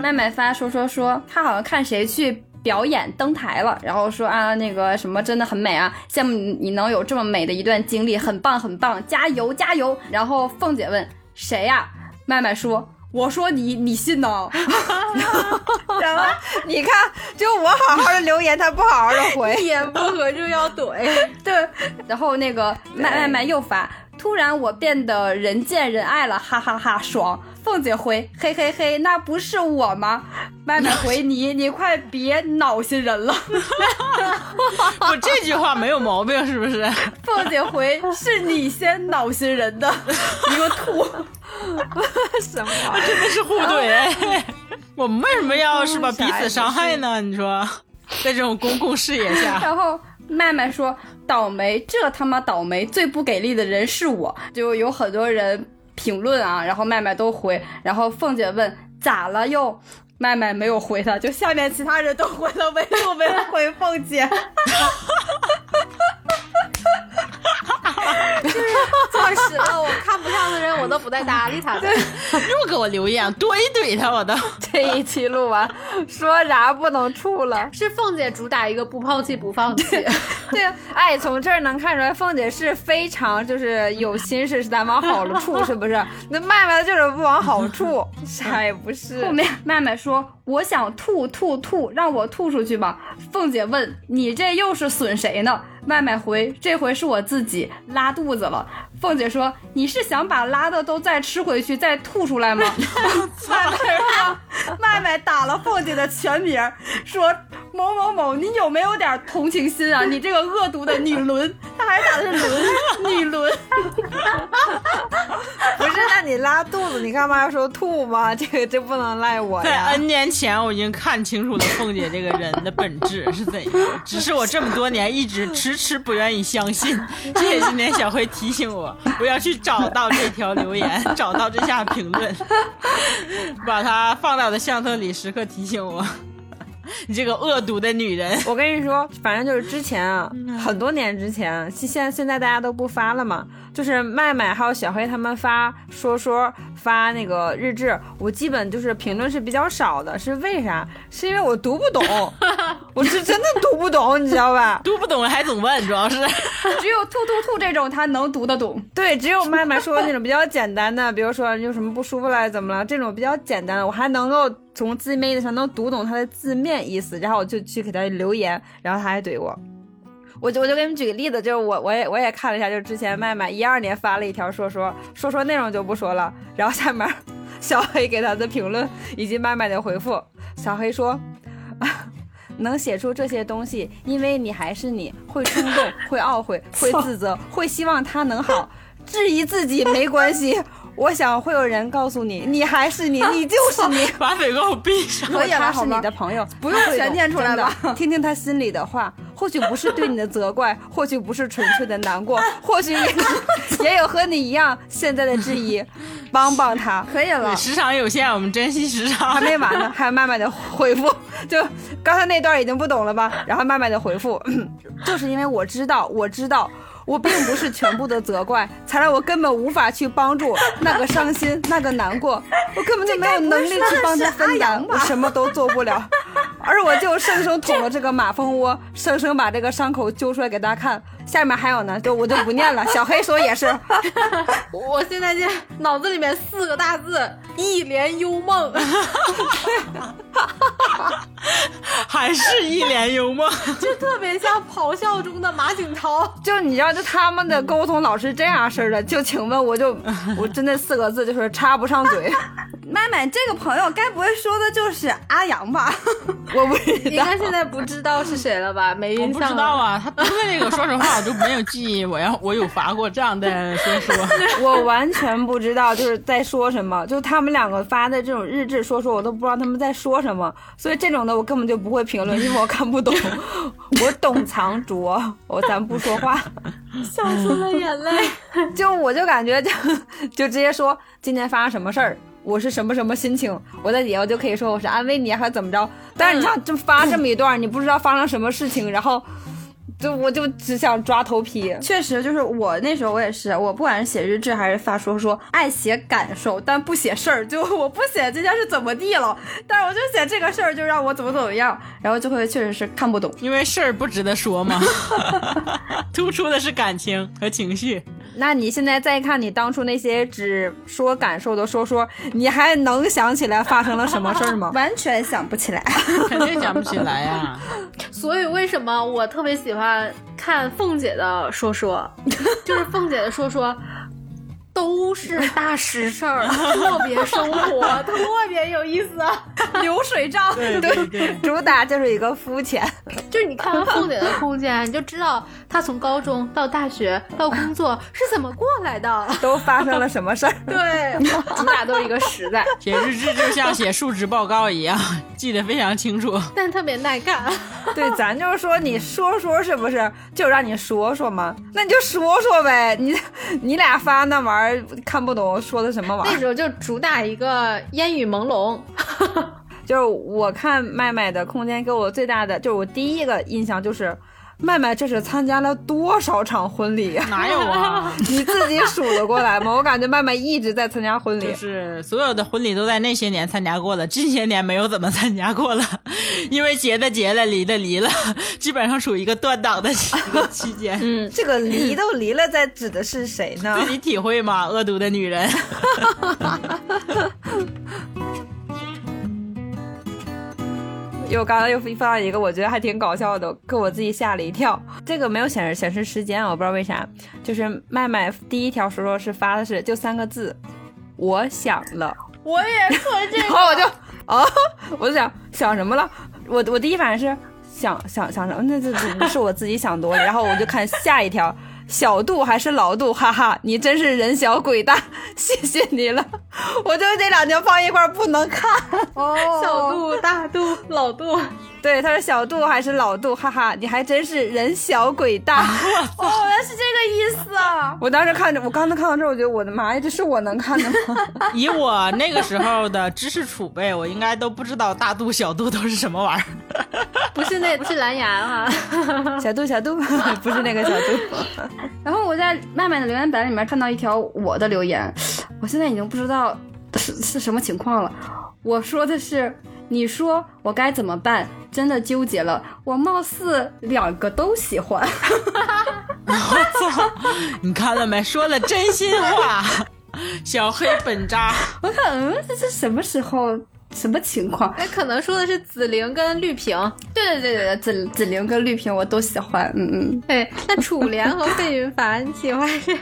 麦麦发说说说，他好像看谁去表演登台了，然后说啊那个什么真的很美啊，羡慕你你能有这么美的一段经历，很棒很棒，加油加油。啊 然后凤姐问谁呀、麦麦说。我说你，你信呢？ 哦
然后你看，就我好好的留言，他不好好的回，
一言不合就要怼。
对，然后那个麦麦麦又发，突然我变得人见人爱了，哈哈哈爽。凤姐回，嘿嘿嘿，那不是我吗？麦麦回你，你快别恼心人了。
我这句话没有毛病，是不是？
凤姐回，是你先恼心人的，一个吐。
什么玩意儿？
这是互怼。 我们为什么要是吧彼此伤害 呢？你说，在这种公共视野下，
然后麦麦说：“倒霉，这他妈倒霉，最不给力的人是我。”就有很多人评论啊，然后麦麦都回，然后凤姐问：“咋了又？”麦麦没有回他，就下面其他人都回了，唯独没有回凤姐。
坐实了，我看不上的人，我都不带搭理他的。
又给我留言，怼一怼他，我都。
这一期录完， 说啥不能处了。
是凤姐主打一个不抛弃不 放弃，
对，哎，从这儿能看出来，凤姐是非常就是有心事，是咱往好了 处，是不是？那麦麦就是不往好 处，啥也不是
后。面麦麦说：“我想吐吐吐，让我吐出去吧。”凤姐问：“你这又是损谁呢？”麦麦回：“这回是我自己拉肚子了。”凤姐说：“你是想把拉的都再吃回去，再吐出来吗？”麦麦说：“麦麦打了凤姐的全名，说某某某，你有没有点同情心啊？你这个恶毒的女伦，她还打的是伦女伦。”
不是，那你拉肚子，你干嘛要说吐吗？这个这不能赖我
在
呀。
N 年前，我已经看清楚了凤姐这个人的本质是怎样，只是我这么多年一直迟迟不愿意相信。谢谢今天小辉提醒我，我要去找到这条留言，找到这下评论，把它放到我的相册里，时刻提醒我。你这个恶毒的女人，
我跟你说，反正就是之前啊，很多年之前，现现现在大家都不发了嘛。就是麦麦还有小黑他们发说说发那个日志，我基本就是评论是比较少的，是为啥？是因为我读不懂，我是真的读不懂，你知道吧？
读不懂还总问，主要是。
只有吐吐吐这种，她能读得懂。
对，只有麦麦说的那种比较简单的，比如说你有什么不舒服了，怎么了，这种比较简单的，我还能够从字面意思上能读懂它的字面意思，然后我就去给他留言，然后他还怼我。我就我就给你们举个例子，就是我我也我也看了一下，就是之前麦麦一二年发了一条说说说说内容就不说了，然后下面小黑给他的评论以及麦麦的回复，小黑说。 能写出这些东西，因为你还是你，会冲动，会懊悔，会自责，会希望他能好，质疑自己没关系。我想会有人告诉你，你还是 你，你就是你。
把嘴给我闭上！
如果
以了
他
好
是
吗
你的朋友，不
用全念出来吧
听听他心里的 话，或许不是对你的责怪，或许不是纯粹的难 过，或许也也有和你一样现在的质疑。帮帮 他，
可以了，
时长有限，我们珍惜时
还
长。
没完呢，还有麦麦的回复，就刚才那段已经不懂了吧？然后麦麦的回复， 就是因为我知道，我知道。我并不是全部的责怪，才让我根本无法去帮助那个伤心、那个难过，我根本就没有能力去帮他分担，我什么都做不了，而我就生生捅了这个马蜂窝，生生把这个伤口揪出来给大家看。下面还有呢，就我就不念了。小黑说也是，
我现在这脑子里面四个大字：一帘幽 梦。
还是一脸幽默，
就特别像咆哮中的马景涛。
就你知道，就他们的沟通老是这样式儿的，就请问我就我真的四个字就是插不上嘴，
麦麦这个朋友该不会说的就是阿 阳吧？
我不知
应
道。
该现在不知道是谁了吧？没
我
印
不
象
知道
了。
啊。他不是那个，说实话，我就没有记忆。我要我有罚过站的说啊说，
我完全不知道就是在说什么，就他们两个发的这种日志说说，我都不知道他们在说什么，所以这种的我根本就不会评论，因为我看不懂，我懂藏拙，我咱不说话，
笑出了眼泪。
就我就感觉就就直接说今天发生什么事儿。我是什么什么心情？我在底下我就可以说我是安慰你啊还是怎么着？但是你像这发这么一段，你不知道发生什么事情，然后就我就只想抓头皮。
确实，就是我那时候我也是，我不管是写日志还是发说说，爱写感受，但不写事儿。就我不写这件事怎么地了，但是我就写这个事儿，就让我怎么怎么样，然后就会确实是看不懂。
因为事儿不值得说嘛，突出的是感情和情绪。
那你现在再看你当初那些只说感受的说说，你还能想起来发生了什么事儿？吗
完全想不起来。
肯定想不起来呀、
所以为什么我特别喜欢看凤姐的说说，就是凤姐的说说。都是大实事儿，特别生活，特别有意思。啊
流水账，
对对对，
主打就是一个肤浅。
就是你看完凤姐的空间，你就知道她从高中到大学到工作是怎么过来的。
都发生了什么事儿？
对，主打都是一个实 在，
写日志就像写述职报告一样，记得非常清楚。
但特别耐干。
对，咱就是说，你说说是不是？就让你说说嘛，那你就说说呗。你你俩发那玩意儿看不懂，说的什么玩意
那
儿？
时候就主打一个烟雨朦胧，
就是我看麦麦的空间给我最大的，就是我第一个印象就是，麦麦这是参加了多少场婚礼呀、
哪有 啊？
你自己数得过来吗？我感觉麦麦一直在参加婚礼
就。是所有的婚礼都在那些年参加过了，这些年没有怎么参加过了，因为结的结了，离的离了，基本上处于一个断档的 一个期间。
这个离都离了，在指的是谁呢？
自己体会嘛，恶毒的女人。
又刚刚又放到一个我觉得还挺搞笑的，给我自己吓了一跳。这个没有显示显示时间，我不知道为啥。就是麦麦第一条说说是发的是就三个字，我想了，
我也特 这
然后我就哦，我就想想什么了？我我第一反应是想想想什么？那这这是我自己想多了。然后我就看下一条。小度还是老度，哈哈，你真是人小鬼大，谢谢你了。我就这两条放一块儿不能看。
哦，
小度、大度、老度，
对，他是小度还是老度？哈哈，你还真是人小鬼大。
哦，原来是这个意思啊！
我当时看着，我刚才看到这儿，我觉得我的妈呀，这是我能看的吗？
以我那个时候的知识储备，我应该都不知道大度、小度都是什么玩 意儿。
不是那不是蓝牙啊哈、
小度，小度，不是那个小度。
然后我在麦麦的留言板里面看到一条我的留言，我现在已经不知道是是什么情况了。我说的是，你说我该怎么办？真的纠结了，我貌似两个都喜欢。
我操！你看了没？说了真心话。小黑本渣，
我看，嗯，这是什么时候？什么情况？
那哎可能说的是紫菱跟绿萍。
对对对对对，紫紫菱跟绿萍我都喜欢，嗯嗯。
对，哎那楚莲和费云凡，你喜欢谁？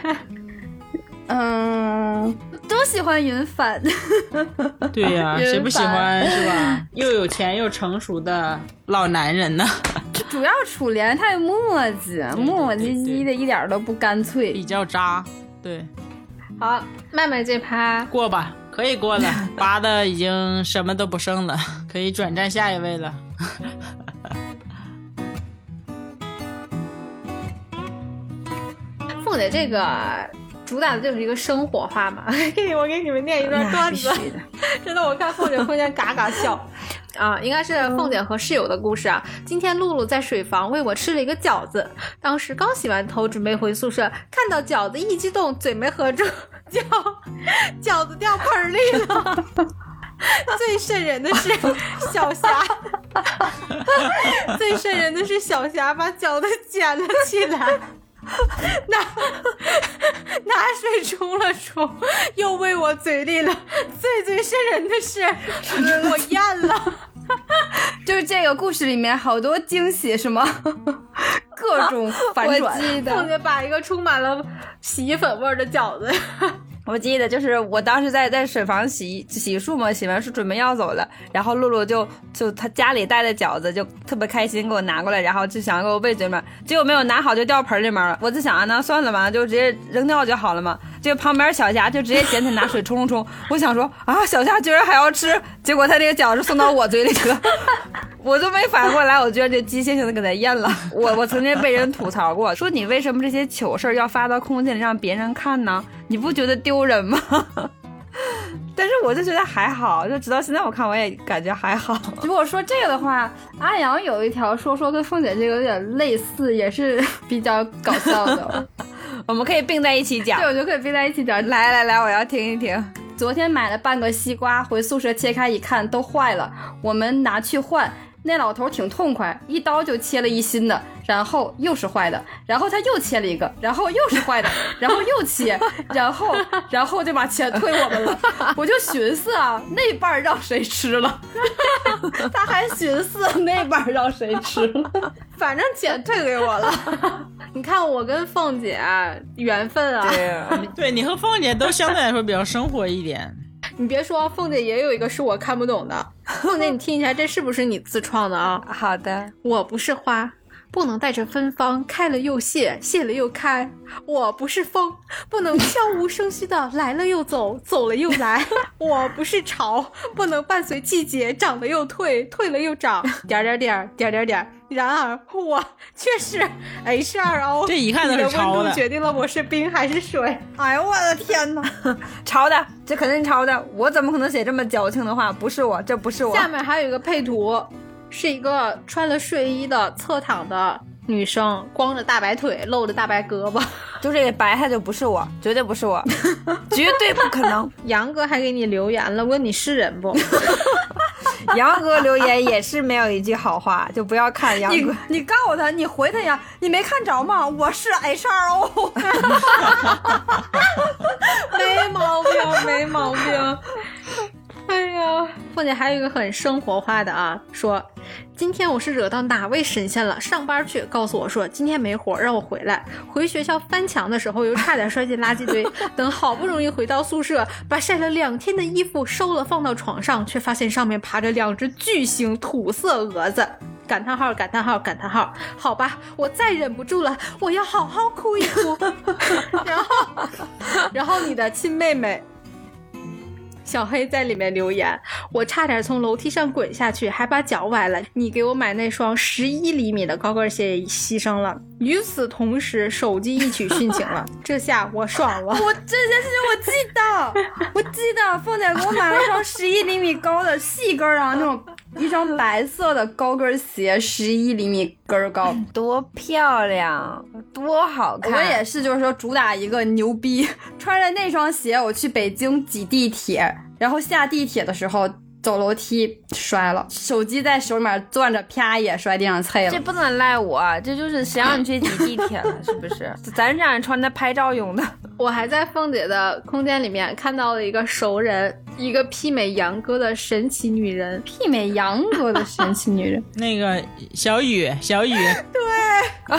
嗯，都喜欢云帆，
对 呀、
人
谁不喜欢是吧？ 又有钱又成熟的老男人呢，
主要楚莲太磨叽，磨磨唧唧的，一点儿都不干脆
比。较渣。对，
好，麦麦这趴
过吧，可以过了。 八的已经什么都不剩了，可以转战下一位了。
凤姐这个主打的就是一个生活化嘛， 给我给你们念一段段子，真的，我看凤姐空间嘎嘎笑。啊，应该是凤姐和室友的故事啊。今天露露在水房喂我吃了一个饺子，当时刚洗完头准备回宿舍，看到饺子一激动，嘴没合住，饺 饺子掉盆儿里了。最瘆人的是小霞，最瘆人的是小霞把饺子捡了起来。 拿拿水冲了冲，又喂我嘴里了。最最瘆人的是，我 咽了。
就是这个故事里面好多惊喜，是吗？各种反
我
转。
记
凤
得，
姐把一个充满了洗衣粉味儿的饺子，
我记得，就是我当时在在水房洗洗漱嘛，洗完漱准备要走了，然后露露就就她家里带的饺子就特别开心，给我拿过来，然后就想给我喂嘴里面，结果没有拿好就掉盆里面了。我就想啊，那算了吧，就直接扔掉就好了嘛。就旁边小霞就直接捡起拿水冲了冲，我想说啊，小霞居然还要吃，结果她这个饺子送到我嘴里了。我都没反应过来，我居然就机械性的给它咽了。我我曾经被人吐槽过，说你为什么这些糗事儿要发到空间里让别人看呢？你不觉得丢人吗？ 但是我就觉得还好，就直到现在我看我也感觉还好。
如果说这个的话，阿阳有一条说说跟凤姐这个有点类似，也是比较搞笑的。
我们可以并在一起讲
对，。我就可以背在一起点。
来来来，我要听一听。
昨天买了半个西瓜，回宿舍切开一看都坏了，我们拿去换。那老头挺痛快，一刀就切了一新的，然后又是坏的，然后他又切了一个，然后又是坏的，然后又切，然后然后就把钱退我们了。我就寻思啊，那半儿让谁吃了？他还寻思那半儿让谁吃了？
反正钱退给我了。 你看我跟凤姐啊缘分啊，
对你和凤姐都相对来说比较生活一点。
你别说，凤姐也有一个是我看不懂的。凤姐，你听一下，这是不是你自创的啊？
好的，
我不是花，不能带着芬芳，开了又谢，谢了又开；我不是风，不能悄无声息的来了又走，走了又来； 我不是潮，不能伴随季节，涨了又退，退了又涨，点儿点儿点儿点儿点儿点儿。然而，我却是 H 2 O。
这一看
你
都是
的
潮
温度
的
决定了我是冰还是水。
哎呦我的天哪，潮的，这肯定潮的，我怎么可能写这么矫情的话？不是我，这不是我。
下面还有一个配图，是一个穿了睡衣的侧躺的女生，光着大白腿，露着大白胳膊。
就这个白菜就不是我，绝对不是我，绝对不可能。
杨哥还给你留言了，问你是人不？
杨哥留言也是没有一句好话，就不要看杨
你
哥。
你告诉他，你回他呀，你没看着吗？我是 H R O，
没毛 病，没毛病。哎呀，凤姐还有一个很生活化的啊，说今天我是惹到哪位神仙了？上班去，告诉我说今天没活，让我回来。回学校翻墙的时候，又差点摔进垃圾堆。等好不容易回到宿舍，把晒了两天的衣服收了放到床上，却发现上面爬着两只巨型土色蛾子。感叹号！感叹号！感叹号！好吧，我再忍不住了，我要好好哭一 哭。然后然后你的亲妹妹小黑在里面留言：“我差点从楼梯上滚下去，还把脚崴了。你给我买那双十一厘米的高跟鞋也牺牲了。”与此同时，手机一曲殉情 了。这下我爽了。
我这件事情我记得，我记得凤姐给我买了一双十一厘米高的细跟儿啊，那种一双白色的高跟鞋，十一厘米跟儿高。
多漂亮，多好
我也是，就是说主打一个牛逼，穿着那双鞋我去北京挤地铁，然后下地铁的时候走楼梯摔了，手机在手里面攥着，啪也摔地上碎
这
了。
不能赖我，啊这就是谁让你去挤地铁 了，是不是？咱这样穿的拍照用 的，
我还在凤姐的空间里面看到了一个熟人，一个媲美杨哥的神奇女人。
媲美杨哥的神奇 女人，
那个小雨，小雨，
对，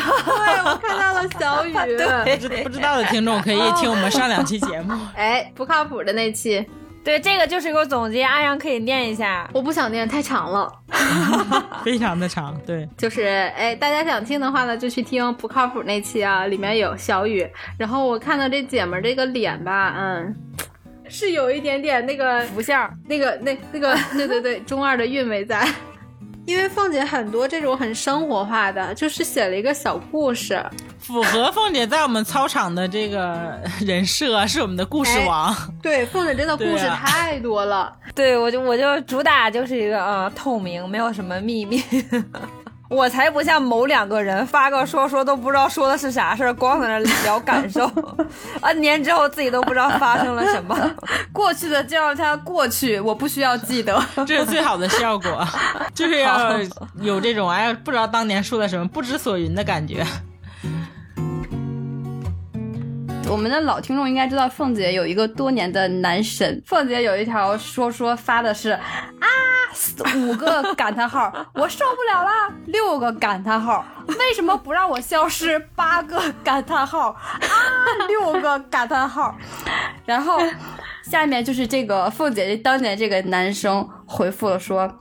我看到了小雨。对，
不知不知道的听众可以听我们上两期 节目。
哎，不靠谱的那期，
对，这个就是一个总结，阿阳可以念一下。
我不想念，太长了。
非常的长，对，
就是哎，大家想听的话呢，就去听不靠谱那期啊，里面有小雨。然后我看到这姐们儿这个脸吧，嗯，是有一点点那个
不像，
那个那那 个对对对，中二的韵味在。因为凤姐很多这种很生活化的，就是写了一个小故事，
符合凤姐在我们操场的这个人设，是我们的故事王。
对，凤姐真的故
对
事
啊
太多了。
对我就我就主打就是一个呃透明，没有什么秘密。 我才不像某两个人发个说说都不知道说的是啥事儿，光在那聊感 受，n 年之后自己都不知道发生了什么。
过去的就让它过去，我不需要记得。
这是最好的效 果，就是要有这种哎，不知道当年说的什么，不知所云的感觉。
我们的老听众应该知道，凤姐有一个多年的男神。凤姐有一条说说发的是啊四五个感叹号，我受不了啦！ 六个感叹号，为什么不让我消失？八个感叹号啊， 六个感叹号。然后下面就是这个凤姐当年这个男生回复了说：“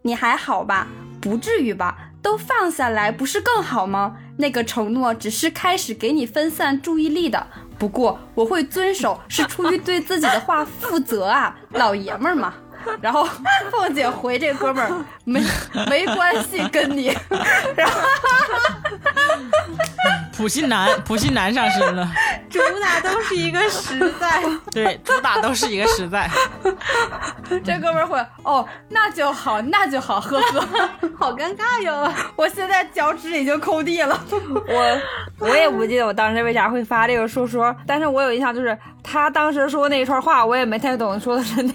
你还好吧？不至于吧？都放下来不是更好吗？那个承诺只是开始给你分散注意力的，不过我会遵守，是出于对自己的话负责啊， 老爷们儿嘛。然后凤姐回这哥们儿 没没关系，跟你。
普信男，普信男上身 了，
主打都是一个实在，
对，主打都是一个实在。
这哥们儿会哦，那就好，那就好，呵呵。
好尴尬哟。
我现在脚趾已经抠地了。
我我也不记得我当时为啥会发这个说说，但是我有印象就是他当时说那一串话，我也没太懂说的是哪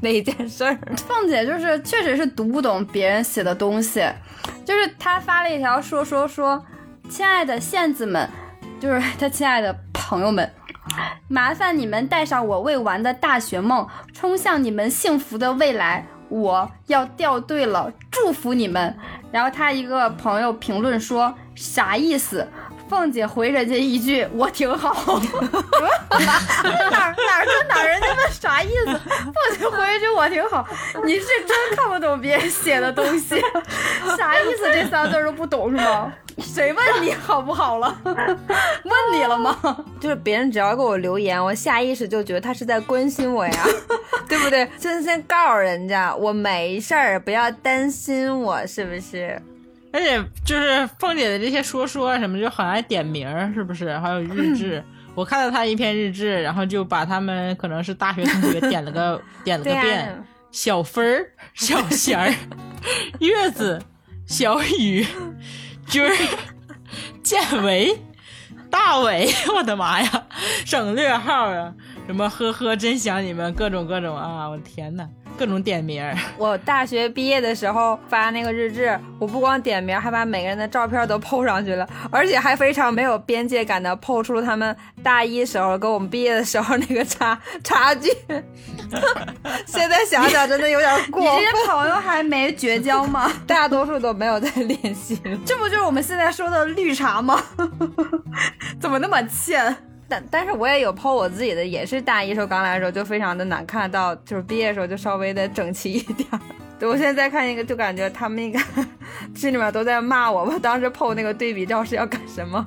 哪一件事儿。
凤姐就是确实是读不懂别人写的东西，就是她发了一条说说说，亲爱的线子们，就是她亲爱的朋友们，麻烦你们带上我未完的大学梦，冲向你们幸福的未来。我要掉队了，祝福你们。然后她一个朋友评论说啥意思？凤姐回人家一句我挺好。 哪儿哪儿跟哪儿人家问啥意思？放学回一句我挺好，你是真看不懂别人写的东西，啥意思？这仨字儿都不懂是吗？谁问你好不好了？问你了吗？
就是别人只要给我留言，我下意识就觉得他是在关心我 呀，对不对？先先告诉人家我没事儿，不要担心我，是不是？
而且就是凤姐的这些说说啊什么，就很爱点名儿，是不是？还有 日志，我看到她一篇日志，然后就把他们可能是大学同学点了 个点了个
对啊
遍，小芬儿、小贤儿、 月子、小雨、军儿、建维、大伟，我的妈呀，省略号啊，什么呵呵，真想你们，各种各种啊，我的天呐，各种点名儿。
我大学毕业的时候发那个日志，我不光点名，还把每个人的照片都 PO 上去了，而且还非常没有边界感的 PO 出了他们大一时候跟我们毕业的时候那个差差距。 现在想想真的有点过
你这
分，
些朋友还没绝交吗？
大多数都没有在联系了。
这不就是我们现在说的绿茶吗？ 怎么那么欠？
但但是我也有 PO 我自己的，也是大一时候刚来的时候就非常的难看到，就是毕业的时候就稍微的整齐一点儿。 对，我现在再看一个，就感觉他们应该 心里面都在骂我。我当时 PO 那个对比照是要干什 么？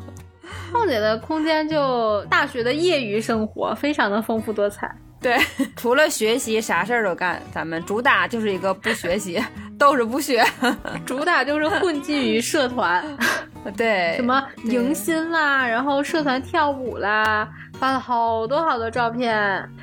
凤姐的空间就大学的业余生活非常的丰富多彩。
对，除了学习啥事儿都干，咱们主打就是一个不学习， 都是不学。
主打就是混迹于社团，
对，
什么迎新啦，然后社团跳舞啦，发了好多好多照片，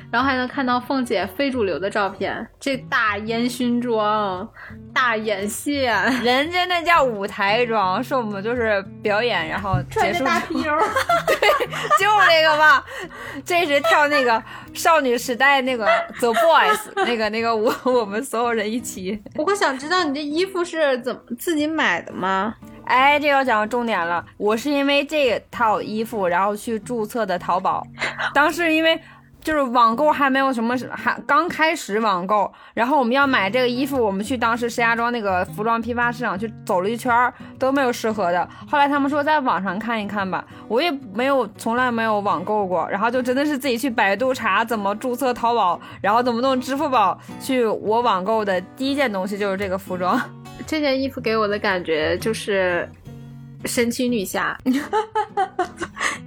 然后还能看到凤姐非主流的照片，这大烟熏妆，大眼 线，
人家那叫舞台妆，是我们就是表演，然后结束 之后
P.O，
就那个吧，这是跳那个少女时代那个 The Boys 那个那个舞，我 们所有人一起。
我想知道你这衣服是怎么自己买的吗？
哎，这要讲到重点了，我是因为这套衣服，然后去注册的淘宝，当时因为。就是网购还没有什么，还刚开始网购，然后我们要买这个衣服，我们去当时石家庄那个服装批发市场去走了一圈儿，都没有适合的。后来他们说在网上看一看吧，我也没有从来没有网购过，然后就真的是自己去百度查怎么注册淘宝，然后怎么弄支付宝去我网购的第一件东西就是这个服装。
这件衣服给我的感觉就是神奇女 侠，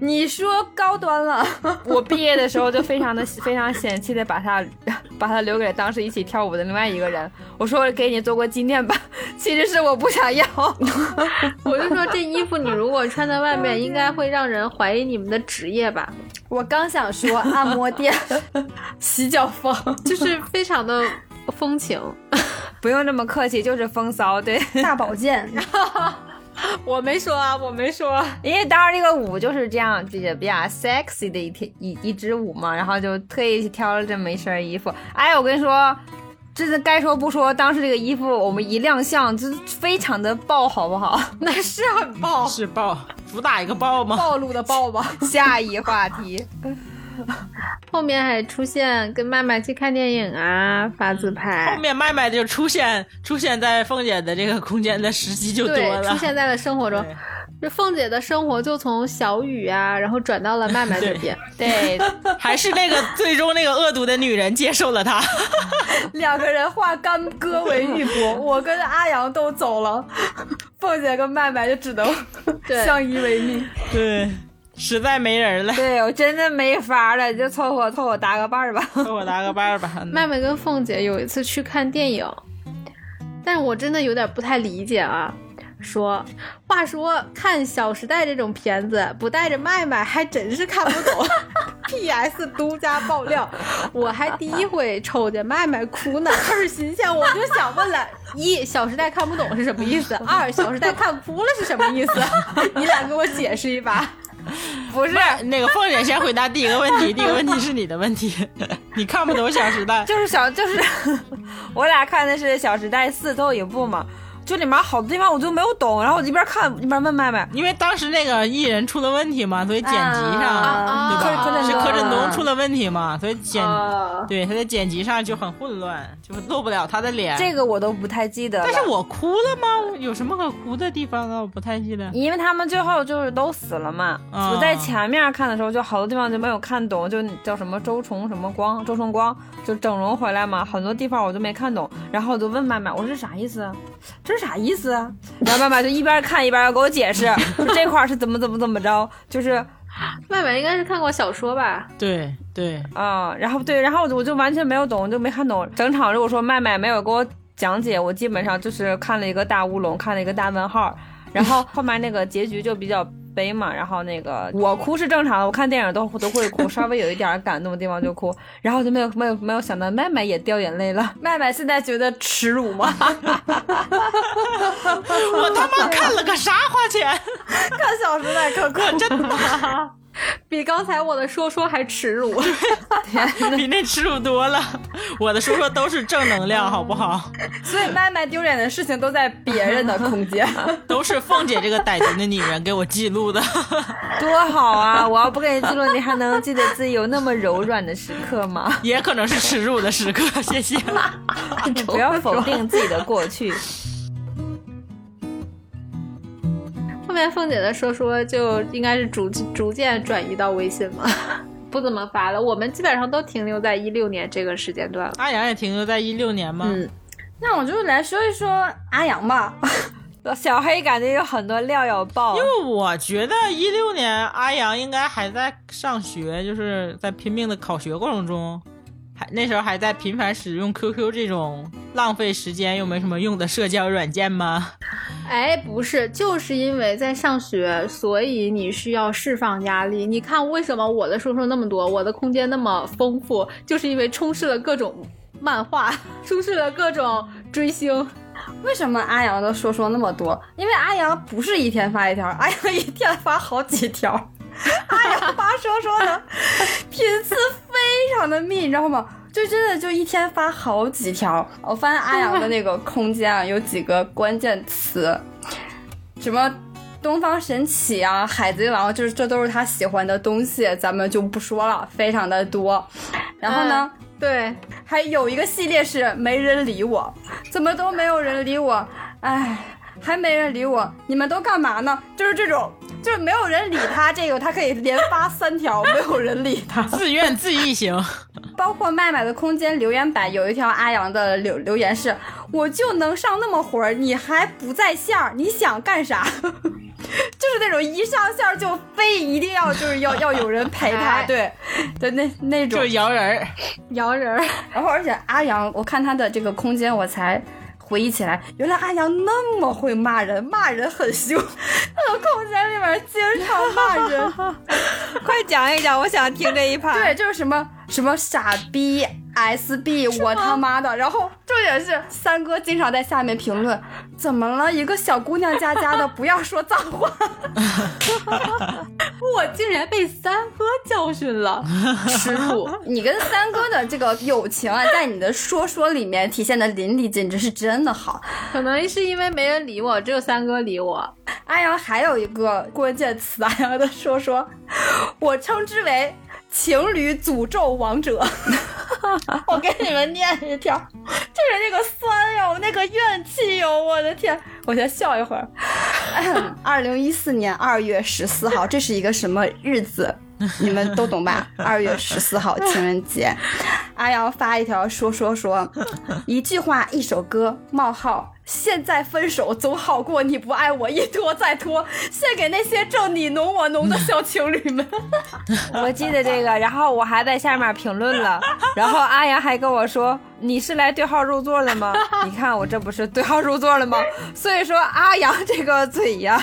你说高端了，
我毕业的时候就非常的非常嫌弃的把它把它留给当时一起跳舞的另外一个人，我说给你做个纪念吧，其实是我不想要。
我就说这衣服你如果穿在外面，应该会让人怀疑你们的职业吧。
我刚想说按摩店、洗脚房，
就是非常的风情。
不用这么客气，就是风骚，对，
大保健，
我没说啊，我没说。
因为当时这个舞就是这样，这个比较 sexy 的一天一一支舞嘛，然后就特意去挑了这么一身衣服。哎，我跟你说。真的该说不说，当时这个衣服我们一亮相，就是非常的爆，好不好？
那是很爆
是爆，主打一个爆吗？
暴露的暴吧？
下一话题，
后面还出现跟麦麦去看电影啊，发自
嗯后
拍，
面麦麦就出现出现在凤姐的这个空间的时机就多
对，
了，
出现在了生活中
对。
这凤姐的生活就从小雨啊，然后转到了麦麦这边。
对，
还是 那个最终那个恶毒的女人接受了她，
两个人化干戈为玉帛，我跟阿阳都走了， 凤姐跟麦麦就只能
对
相依为命。
对， 实在没人了，
对我真的没法了，就凑合凑合搭个伴儿吧。
给我搭个伴儿吧。
麦麦跟凤姐有一次去看电影，但我真的有点不太理解啊。说，话说看《小时代》这种片子，不带着麦麦还真是看不懂。P.S. 独家爆料，我还第一回瞅见麦麦哭呢，倍儿新鲜。我就想问了：一，《小时代》看 不懂是什么意思？二，《小时代》看哭了是什么意思？你俩给我解释一把。
不是，
那个凤姐先回答第一个问题，第一个问题是你的问题， 你看不懂《小时代》
就是小就是我俩看的是《小时代四》最后一部嘛，就里面好多地方我就没有懂，然后我一边看一边问麦麦，
因为当时那个艺人出了问题嘛，所以剪辑上、
啊
对吧？
柯柯震
是
东
柯震东出了问题嘛，所以剪、
啊
对他在剪辑上就很混乱，就露不了他的脸。
这个我都不太记得了。
但是我哭了吗？有什么可哭的地方啊？我不太记得。
因为他们最后就是都死了嘛。
啊
我在前面看的时候，就好多地方就没有看懂，就叫什么周崇什么光，周崇光就整容回来嘛，很多地方我就没看懂。然后我就问麦麦，我说这啥意思啊？这是啥意思啊？然后麦麦就一边看一边要给我解释，说这块儿是怎么怎么怎么着，就是
麦麦应该是看过小说吧？
对对，
啊、然后
嗯
对，然后我就我就完全没有懂，我就没看懂整场。如果说麦麦没有给我讲解，我基本上就是看了一个大乌龙，看了一个大问号，然后后面那个结局就比较悲嘛。然后那 个我哭是正常的，我看电影都都会哭，稍微有一点感动的地方就哭，然后就没有没有没有想到麦麦也掉眼泪了。
麦麦现在觉得耻辱 吗？
我他妈看了个啥花钱？
看《小时代》可
我真的
比刚才我的说说还耻辱。
比那耻辱多了。我的说说都是正能量，好不好？
所以麦麦丢脸的事情都在别人的空间。
都是凤姐这个歹毒的女人给我记录的。
多好啊！我要不给你记录，你还能记得自己有那么柔软的时刻吗？
也可能是耻辱的时刻。谢谢。
不要否定自己的过去。
后面凤姐的说说就应该是逐逐渐转移到微信嘛， 不怎么发了。我们基本上都停留在一六年这个时间段了。
阿阳也停留在一六年吗？
嗯
那我就来说一说阿阳吧。
小黑感觉有很多料要爆
因，为我觉得一六年阿阳应该还在上学，就是在拼命的考学过程中，还那时候还在频繁使用 QQ 这种浪费时间又没什么用的社交软件 吗？
哎，不是，就是因为在上学，所以你需要释放压力。你看，为什么我的说说那么多，我的空间那么丰富，就是因为充斥了各种漫画， 充斥了各种追星。
为什么阿阳的说说那么多？因为阿阳不是一天发一条，阿阳一天发好几条。 阿阳发说说的频次非常的密，你知道吗？就真的就一天发好几条。我发现阿阳的那个空间啊，有几个关键词，什么东方神起啊、海贼王，就是这都是他喜欢的东西，咱们就不说了，非常的多。然后呢？
对，
还有一个系列是没人理我，怎么都没有人理我，哎，还没人理我，你们都干嘛呢？就是这种，就是没有人理他这个，他可以连发三条，没有人理他。
自愿自缢型，
包括麦麦的空间留言板有一条阿阳的留留言是：我就能上那么会儿，你还不在线儿，你想干啥？ 就是那种一上线儿就非一定要就是要要有人陪他，
哎
对，对那那种
就摇人儿。
摇人儿。
然后而且阿阳，我看他的这个空间，我才回忆起来，原来阿阳那么会骂人，骂人很凶， 他的空间里面经常骂人，
快讲一讲，我想听这一 趴。
对，就是什么什么傻逼。SB，我他妈的！然后重点是三哥经常在下面评论，怎么了？一个小姑娘家 家的，不要说脏话。
我竟然被三哥教训了，耻辱！
你跟三哥的这个友情啊，在你的说说里面体现的淋漓尽致，是真的好。
可能是因为没人理我，只有三哥理我。
阿阳还有一个关键词，阿阳的说说，我称之为情侣诅咒王者。 我给你们念一条，就是那个酸哟，那个怨气哟，我的天！我先笑一会儿。二零一四年二月十四号，这是一个什么日子？你们都懂吧？二月十四号情人节，阿阳发一条说 说说，一句话一首歌冒号，现在分手总好过你不爱我一拖再拖，献给那些正你侬我侬的小情侣 们。
我记得这个，然后我还在下面评论了，然后阿阳还跟我说，你是来对号入座了吗？ 你看我这不是对号入座 了吗？所以说阿阳这个嘴呀，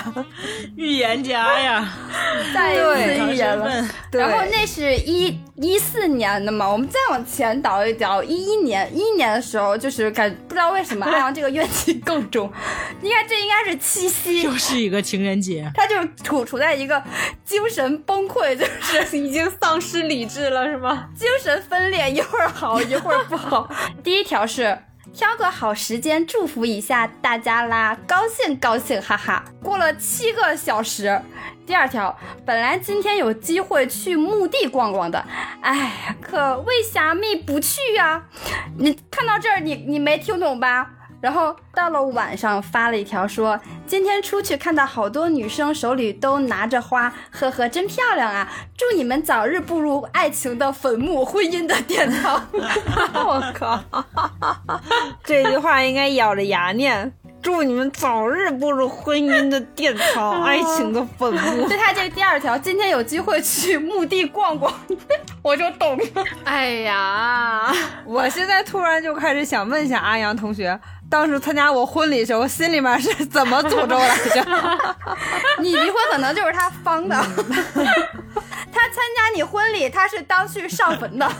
预言家呀，
再一
对
次预言了。
身份
对
然后那是一一四年的嘛，我们再往前倒一倒，一一年，一一年的时候就是感不知道为什 么安阳这个怨气更重，应该这应该是七夕
又，是一个情人节。
他就是处处在一个精神崩溃，就 是
已经丧失理智了，是 吗？
精神分裂，一会儿好一会儿不好。 第一条是挑个好时间祝福一下大家啦，高兴高兴，哈哈。过了七个小时。第二条，本来今天有机会去墓地逛逛的，哎，可为啥咪不去呀、你看到这儿，你你没听懂吧？然后到了晚上发了一条说，今天出去看到好多女生手里都拿着花，呵呵，真漂亮啊！祝你们早日步入爱情的坟墓，婚姻的殿堂。
我靠，这句话应该咬着牙念。祝你们早日步入婚姻的殿 堂，爱情的坟墓。
对他这第二条，今天有机会去墓地逛逛， 我就懂了。
哎呀，
我现在突然就开始想问一下阿阳同学，当时参加我婚礼的时候，心里面是怎么诅咒来着？
你离婚可能就是他方的， 他参加你婚礼，他是当去上坟的。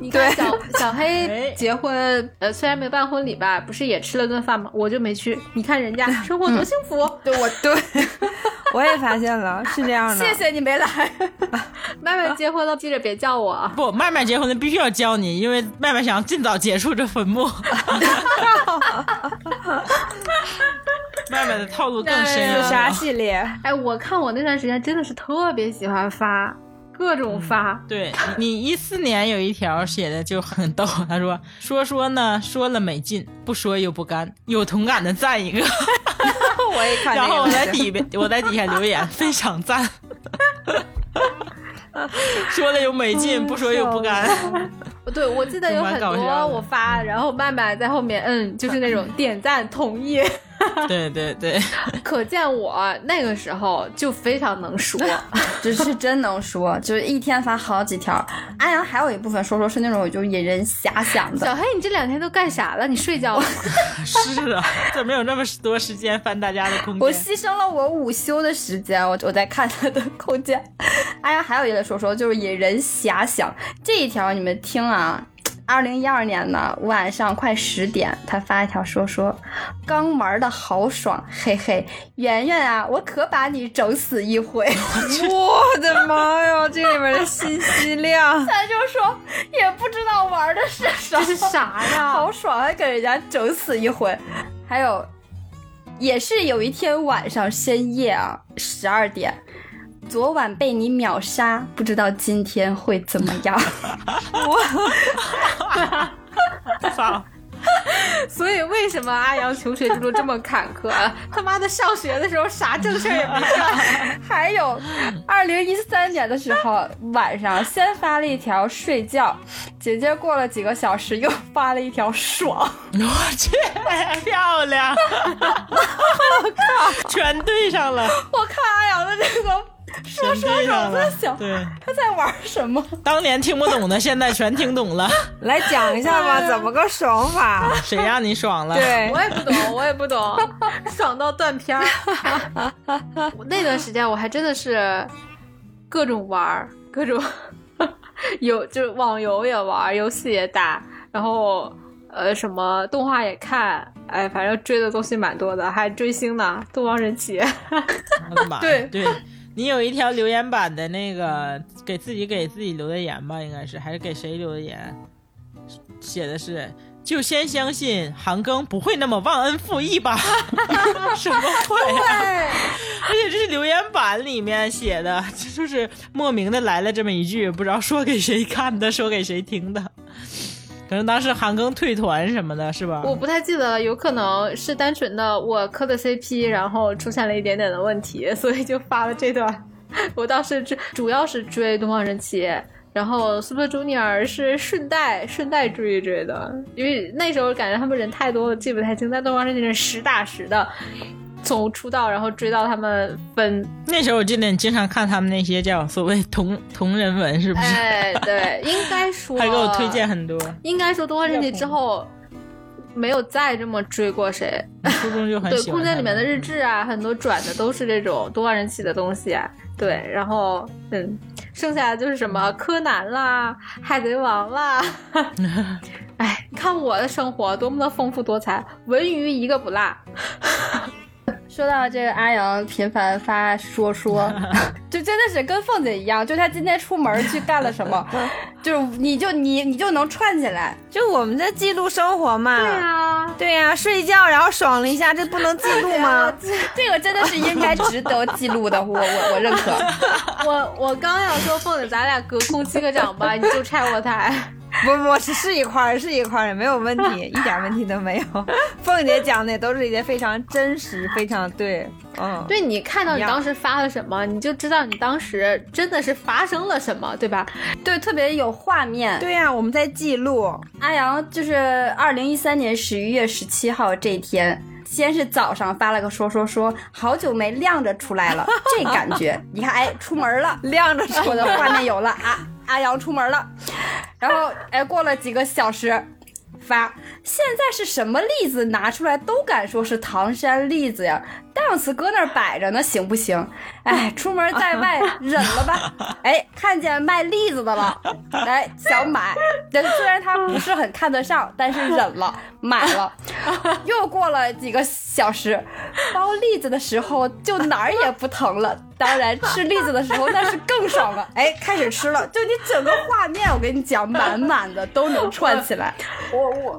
你看
对
小小
哎
黑结婚，呃，虽然没办婚礼吧，不是也吃了顿饭吗？我就没去。嗯你看 人家生活多幸福，
对我
对，我也发现了，是这样的。
谢谢你没来，
麦麦结婚了，记着别叫我 啊。
不，麦麦结婚的必须要教你，因为麦麦想尽早结束这坟 墓。麦麦的套路更深
自杀
了。
系 列，
哎，我看我那段时间真的是特别喜欢发，各种发。
对你一四年有一条写的就很逗，他说说说呢，说了没劲，不说又不甘，有同感的赞一个。
我也看这
然后
个
我在
东西。
底边，我在底下留言，非常赞。说了又没劲，不说又不
哎
甘。
对，我记得
就
有
蛮
很
搞笑
多
的
我发，然后麦麦在后面 嗯，就是那种点赞同 意，
对对对，
可见我那个时候就非常能说。
只是真能说，就是一天发好几条。安阳还有一部分说说是那种就引人遐想 的，
小黑，你这两天都干啥了？你睡觉了吗？
是啊，怎么有那么多时间翻大家的空
我
间？
牺牲了我午休的时间，我我在看他的空间。哎呀，还有一个说说就是引人遐想这一条，你们听啊。二零一二年呢，晚上快十点，他发一条说说，刚玩的好爽，嘿嘿，圆圆啊，我可把你整死一回。，
我的妈呀，这里面的信息量
他就说也不知道玩的是啥，
这是啥 呀？
好爽啊，给人家整死一回。还有，也是有一天晚上深夜啊，十二点，昨晚被你秒杀，不知道今天会怎么样。
操！
所以为什么阿阳求学之路这么坎坷啊？他妈的，上学的时候啥正事儿也没干。
还有，二零一三年的时候晚上，先发了一条睡觉，姐姐过了几个小时又发了一条爽，
我去， 漂 亮！我靠，全对上了，
我看阿阳的这个。说
全
说
对
什
上
么
了
想，。
对，
他在玩什么？
当年听不懂的，现在全听懂了。
来讲一下吧，怎么个爽法？
谁让你爽了？
对
哎我，也不懂，我也不 懂，爽到断片儿。我 那段时间我还真的是各种玩儿，各种 有就是网游也玩儿，游戏也打，然后呃什么动画也看，哎，反正追的东西蛮多的，还追星呢，《东方神起》
我的妈呀！
对
对，你有一条留言板的那个，给自己给自己留的言吧，应该是还是给谁留的言？写的是就先相信韩庚不会那么忘恩负义吧？什么鬼啊！而且这是留言板里面写的，这就是莫名的来了这么一句，不知道说给谁看的，说给谁听的。可能当时韩庚退团什么的，是吧？
我不太记得了，有可能是单纯的我磕的 CP，然后出现了一点点的问题，所以就发了这段。我当时追，主要是追东方神起，然后 Super Junior 是顺带顺带追一追的，因为那时候感觉他们人太多了，记不太清。但东方神起是实打实的，从出道然后追到他们分，
那时候我记得你经常看他们那些叫所谓同同人文，是不是？
哎，对，应该说
还给我推荐很多。
应该说《东方神起》之后，没有再这么追过谁。
初中就很
对，
喜欢。嗯
空间里面的日，志啊，很多转的都是这种东方神起的东西、啊。对，然后嗯，剩下的就是什么柯南啦、海贼王 啦。哎，你看我的生活多么的丰富多彩，文娱一个不落。
说到这个阿阳频繁发说说，就真的是跟凤姐一样，就她今天出门去干了什么，就是你就你你就能串起来。
就我们在记录生活嘛。
对啊，
对呀、睡觉然后爽了一下，这不能记录
啊
吗？
这个真的是应该值得记录的，我我我认可。
我我刚要说凤姐，咱俩隔空击个掌吧，你就拆我台。
不不，是是一块儿，是一块儿，没有问题，一点问题都没有。凤姐讲的也都是一些非常真实、非常对，嗯，
对你看到你当时发了什么，你就知道你当时真的是发生了什么，对吧？
对，特别有画面。
对呀、我们在记录，
阿阳就是二零一三年十一月十七号这一天，先是早上发了个说说说，好久没晾着出来了，这感觉，你看，哎，出门了，
晾着说
我的
的话
画面有了，阿阿阳出门了，然后哎，过了几个小时。发现在是什么栗子拿出来都敢说是唐山栗子呀，dance 搁那儿摆着呢，行不行？哎，出门在外忍了吧。哎，看见卖栗子的了，哎，想买。但虽然他不是很看得上，但是忍了，买了。又过了几个小时，剥栗子的时候就哪儿也不疼了。当然，吃栗子的时候那是更爽了。哎，开始吃了，就你整个画面，我跟你讲，满满的都能串起来。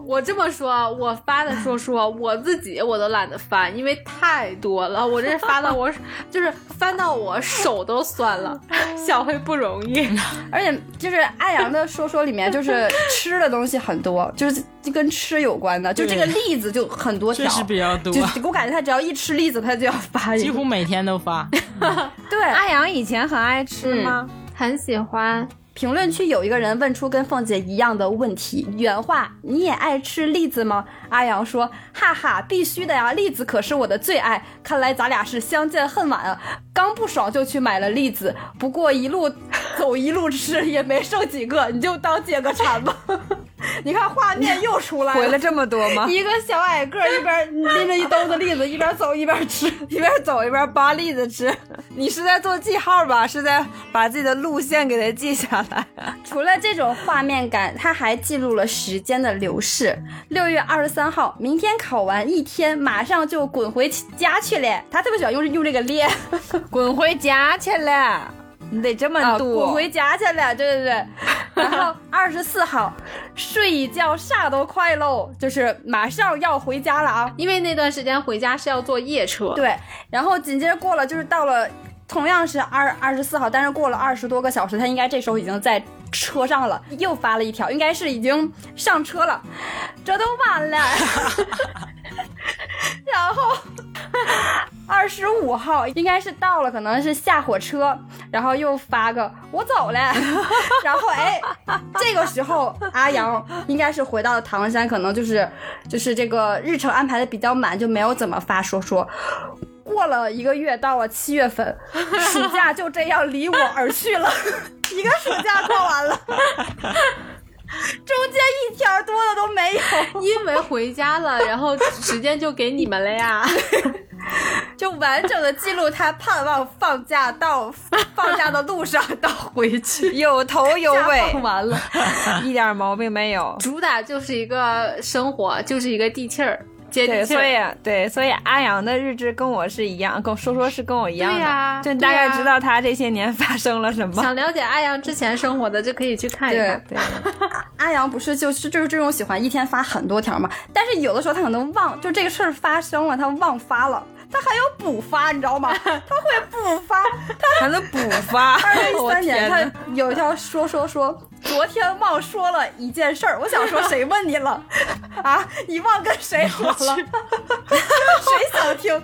我这么说，啊我发的说说，我自己我都懒得翻，因为太多了。我这发到我就是翻到我手都酸了，小黑不容 易。
而且就是阿阳的说说里 面，就是吃的东西很多，就是就跟吃有关的，就这个栗子就很多条
确，实比较多
就，我感觉他只要一吃栗子，他就要发一
几
个。
乎每天都发。
对，
阿阳以前很爱吃吗？
很喜欢，
评论区有一个人问出跟凤姐一样的问题，原话：你也爱吃栗子吗？阿阳说：哈哈，必须的呀，栗子可是我的最爱。看来咱俩是相见恨晚啊，刚不爽就去买了栗子，不过一路走一路吃，也没剩几个，你就当解个馋吧。 你看画面又出来
嗯回
了
了。这么多吗？
一个小矮个儿一边拎着一兜子栗子，一边走一边吃，
一边走一边扒栗子吃，你是在做记号吧？是在把自己的路线给它记下来？
除了这种画面感，它还记录了时间的流逝。六月二十三号，明天考完一天，马上就滚回家去嘞。他特别喜欢用用这个“咧
滚回家去了，你得这”，么
啊，
读。
滚回家去了，对对对。然后二十四号，睡一觉啥都快喽，就是马上要回家了啊。
因为那段时间回家是要坐夜车。
对，然后紧接着过了就是到了同样是二二十四号，但是过了二十多个小时，他应该这时候已经在车上了，又发了一条，应该是已经上车了，这都晚了。 然后二十五号应该是到了，可能是下火车，然后又发个我走了，然后哎，这个时候阿阳应该是回到了唐山，可能就是就是这个日程安排的比较满，就没有怎么发说说。过了一个月，到了七月 份，暑假就这样离我而去了， 一个暑假过完了，中间一条多的都没有。
因为回家了，然后时间就给你们了呀。
就完整的记录他盼望放假到放假的路上到回去。
有头有尾
放，完了，
一点毛病没有。
主打就是一个生活，就是一个地气儿，接
对，
地气
所以啊
儿。
对，所以阿阳的日志跟我是一样，跟我说说是跟我一样的，
对呀
就你大概
对呀
知道他这些年发生了什么。
想了解阿阳之前生活的，就可以去看一看。
对，
阿阳不是就是就是这种喜欢一天发很多条嘛，但是有的时候他可能忘，就这个事儿发生了，他忘发了。他还有补发，你知道吗？他会补发。
还能补发。
二零一
我
三年，
天哪
他有一条说说说，昨天忘说了一件事儿。我想说，谁问你了啊？你忘跟谁说了？ 谁想听？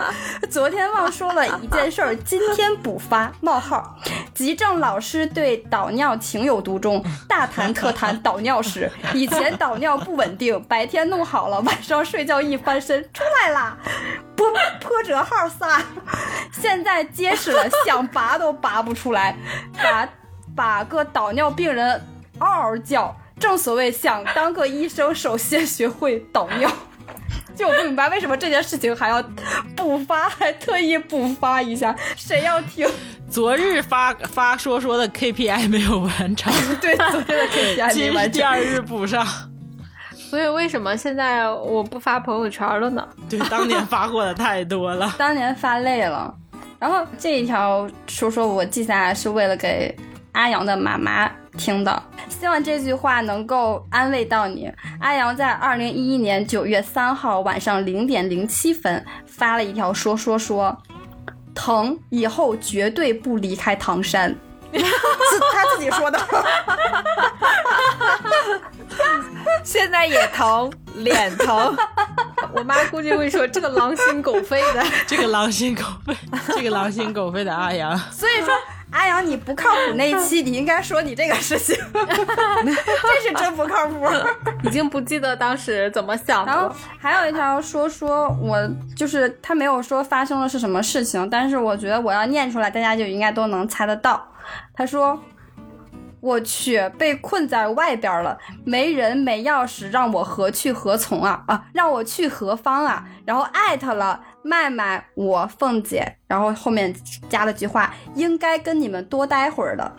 昨天忘说了一件事儿，今天补发。冒号，吉正老师对导尿情有独钟，大谈特谈导尿史。以前导尿不稳定，白天弄好了，晚上睡觉一翻身出来啦。不破折号仨，现在结实了，想拔都拔不出来，把把个导尿病人嗷嗷叫。正所谓想当个医生，首先学会导尿。 就我不明白为什么这件事情还要补发，还特意补发一下，谁要听？
昨日发发说说的 KPI 没有完成，
对，昨天的 KPI
今
没
日
完
第
成。。
二日补上。
所以为什么现在我不发朋友圈了呢？
对，当年发过的太多了
当年发累了，然后这一条说说我记下来是为了给阿阳的妈妈听的，希望这句话能够安慰到你。阿阳在二零一一年九月三号晚上零点零七分发了一条说说说，疼以后绝对不离开唐山。
是他自己说的。 现在也疼，脸疼。
我妈估计会说这个狼心狗肺的，
这个狼心狗肺，这个狼心狗肺的阿阳，
所以说，阿阳你不靠谱那一期，你应该说你这个事情， 这是真不靠谱。
已经不记得当时怎么想的
然后
了。
还有一条说说我就是他没有说发生了是什么事情，但是我觉得我要念出来，大家就应该都能猜得到。他说：“我去，被困在外边了，没人没钥匙，让我何去何从啊啊，让我去何方啊？”然后艾特了麦麦我凤姐，然后后面加了句话：“应该跟你们多待会儿的。”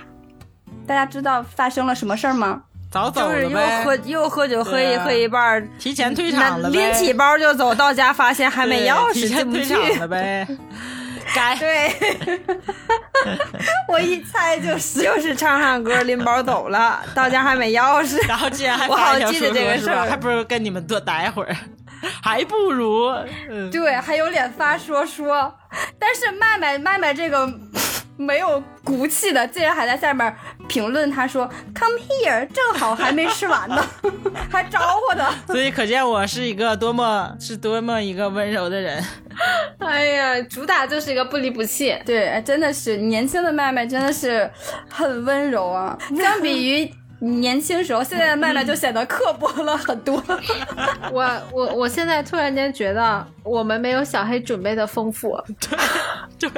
大家知道发生了什么事儿吗？
早走
就是
了
又
呗，
喝又喝酒，喝一
对啊
喝一半儿，
提前退
那
场了呗，
拎起包就走，到家发现还没
对
钥
提
匙
前
进不
退
去。
场了呗，该
对， 我一猜就是。
就是唱唱歌拎包走了，到家还没钥匙。
然后竟然还
我
发
好
一条
记得
说
这
说
个
是
事
吧？
儿
还不如跟你们多待会儿，还不如嗯，
对，还有脸发说说，但是麦麦麦麦这个没有骨气的，竟然还在下面评论，他说 “Come here”，正好还没吃完呢， 还招呼的。
所以可见我是一个多么是多么一个温柔的人。
哎呀，主打就是一个不离不弃。
对，哎真的是年轻的麦麦真的是很温柔啊，相比于。年轻时候，现在的麦麦就显得刻薄了很多。
我我我现在突然间觉得我们没有小黑准备的丰 富。
对，
就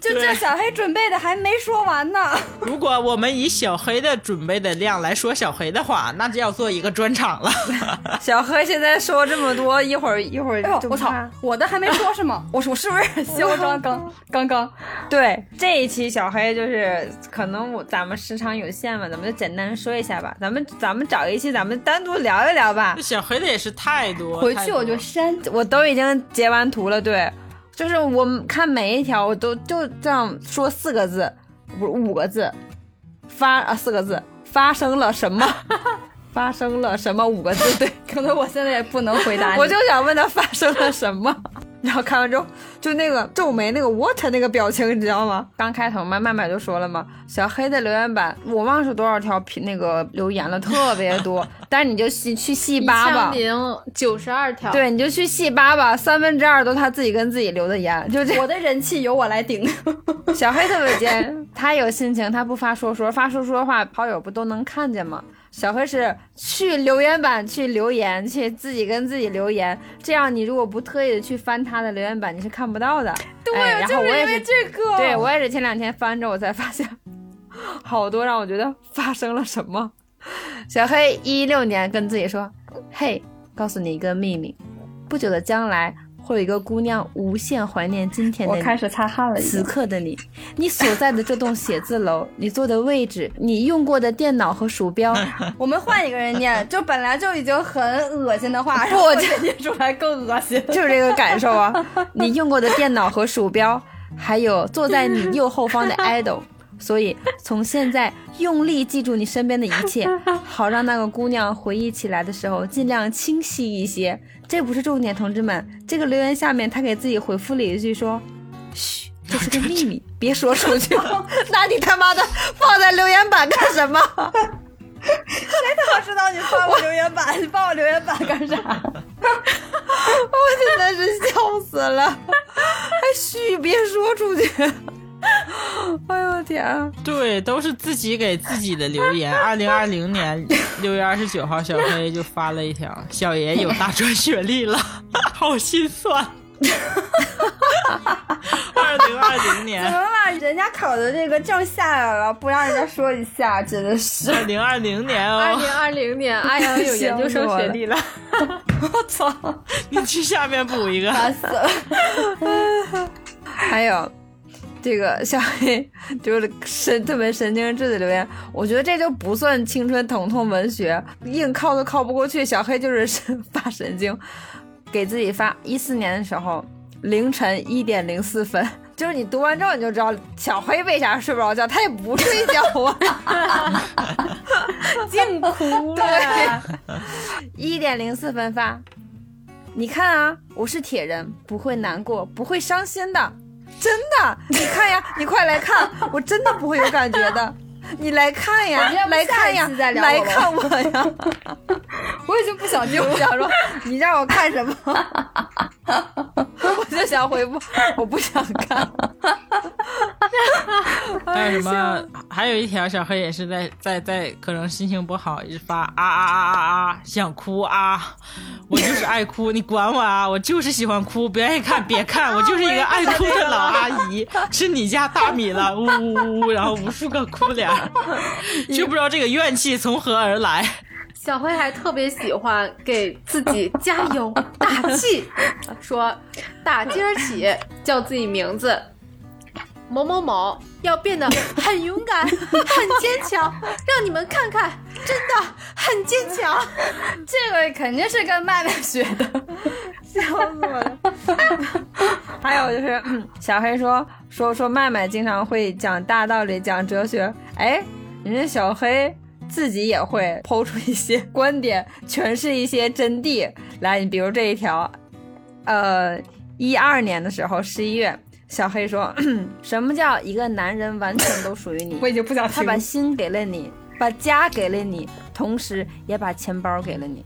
这
对
小黑准备的还没说完呢，
如果我们以小黑的准备的量来说小黑的话，那就要做一个专场了。
小黑现在说这么多，一会 儿一会儿
哎呦
就，
我操
怕，
我的还没说是吗？我说我是不是有点嚣 张？刚刚刚，
对，这一期小黑就是可能我咱们时长有限嘛，咱们就简单说一下吧。咱们咱们找一期，咱们单独聊一聊 吧
这。小黑的也是太多，
回
太
去
多
我就删
我都已经截完图了，对，就是我看每一条我都就这样说四个字，不是五个字，发啊四个字，发生了什么？ 发生了什么？五个字， 对。
可能我现在也不能回答你。
我就想问他发生了什么。然后看完之后，就那个皱眉那个 what 那个表情，你知道吗？刚开头嘛，麦麦就说了嘛，小黑的留言板我忘是多少条评那个留言了，特别 多。但是你就细去细
一
扒
枪
吧，
零九十二条，，
对，你就去细扒吧，三分之二都他自己跟自己留的言，就这样。
我的人气由我 来顶。
小黑特别尖，他有心情，他不发说说，发说说的话，跑友不都能看见吗？小黑是去留言板去留言，去自己跟自己留言，这样你如果不特意的去翻他的留言板，你是看不到的。对，
哎
然后我也是，
这个
对我也是前两天翻着，我才发现好多让我觉得发生了什么。小黑一六年跟自己说：“嘿，告诉你一个秘密，不久的将来会有一个姑娘无限怀念今天的
我
你。”
开始擦汗了已
此
经。
刻的你，你所在的这栋写字楼，你坐的位置，你用过的电脑和鼠标，
我们换一个人 念，就本来就已经很恶心的话，然后我就 念出来更恶心。
就是这个感受啊！你用过的电脑和鼠标，还有坐在你右后方的 idol。所以，从现在用力记住你身边的一切，好让那个姑娘回忆起来的时候尽量清晰一些。这不是重点，同志们。这个留言下面，他给自己回复了一句说：“嘘，这是个秘密，别说出去。” 那你他妈的放在留言板干什么？
我知道你帮我留言板，你帮我留言板干啥？
真的是笑死了，还嘘，别说出去。哎呦天啊！
对，都是自己给自己的留言。二零二零年六月二十 九号，小黑就发了一条：“小爷有大专学历了，好心酸。”二零二零
怎
年，
么了？人家考的这个证下来了，不让人家说一下，真的是。
二零二零年
二
哦，
零二零年，阿 阳有研究生学历了。
我操！
你去下面补一个。
烦死了。
还有这个小黑就是神特别神经质的留言，我觉得这就不算青春疼痛文学，硬靠都靠不过去。小黑就是神发神经，给自己发一四年的时候凌晨一点零四分。就是你读完之后你就知道小黑为啥睡不着觉，他也不睡觉啊。
净哭 了。
对， 一点零四分发。你看啊，我是铁人，不会难过，不会伤心的，真的。你看 呀，你快来看，我真的不会有感觉的。你来看呀
我要，不
来看呀
下一次再，聊
来
我吧
看我呀！
我已经不想听
我
了。
想说，你让我看 什么？我就想回复，我不想看。
还有什么？还有一条小黑也是在在在，可能心情不好，一直发啊啊啊啊啊，想哭啊，我就是爱哭，你管我啊，我就是喜欢哭，不愿意看别看，我就是一个爱哭的老阿姨， 吃你家大米了，呜呜呜呜，然后无数个哭脸儿，就不知道这个怨气从何而来。
小黑还特别喜欢给自己加油打气，说打今儿起叫自己名字某某某，要变得很勇敢、很坚强，让你们看看，真的很坚强。
这个肯定是跟麦麦学的。
还有就是嗯小黑说说说麦麦经常会讲大道理、讲哲学，哎，人家小黑自己也会抛出一些观点，诠释一些真谛。来，你比如这一条，呃，一二年的时候，十一月，小黑说， 什么叫一个男人完全都属于你？
我已经不想
他
听
把
了。
心给了你，把家给了你，同时也把钱包给了你。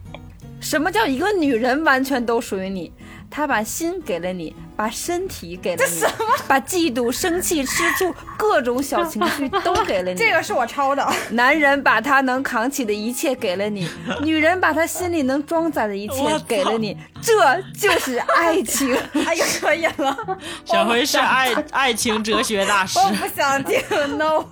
什么叫一个女人完全都属于你？她把心给了你，把身体给了你，把嫉妒、生气、吃醋各种小情 绪都给了你。
这个是我 抄的，
男人把他能扛起的一切给了你，女人把他心里能装载的一切
我操
给了你，这就是爱情。
哎呀，可以了，
小黑是爱爱情哲学大师，
我不想听，no，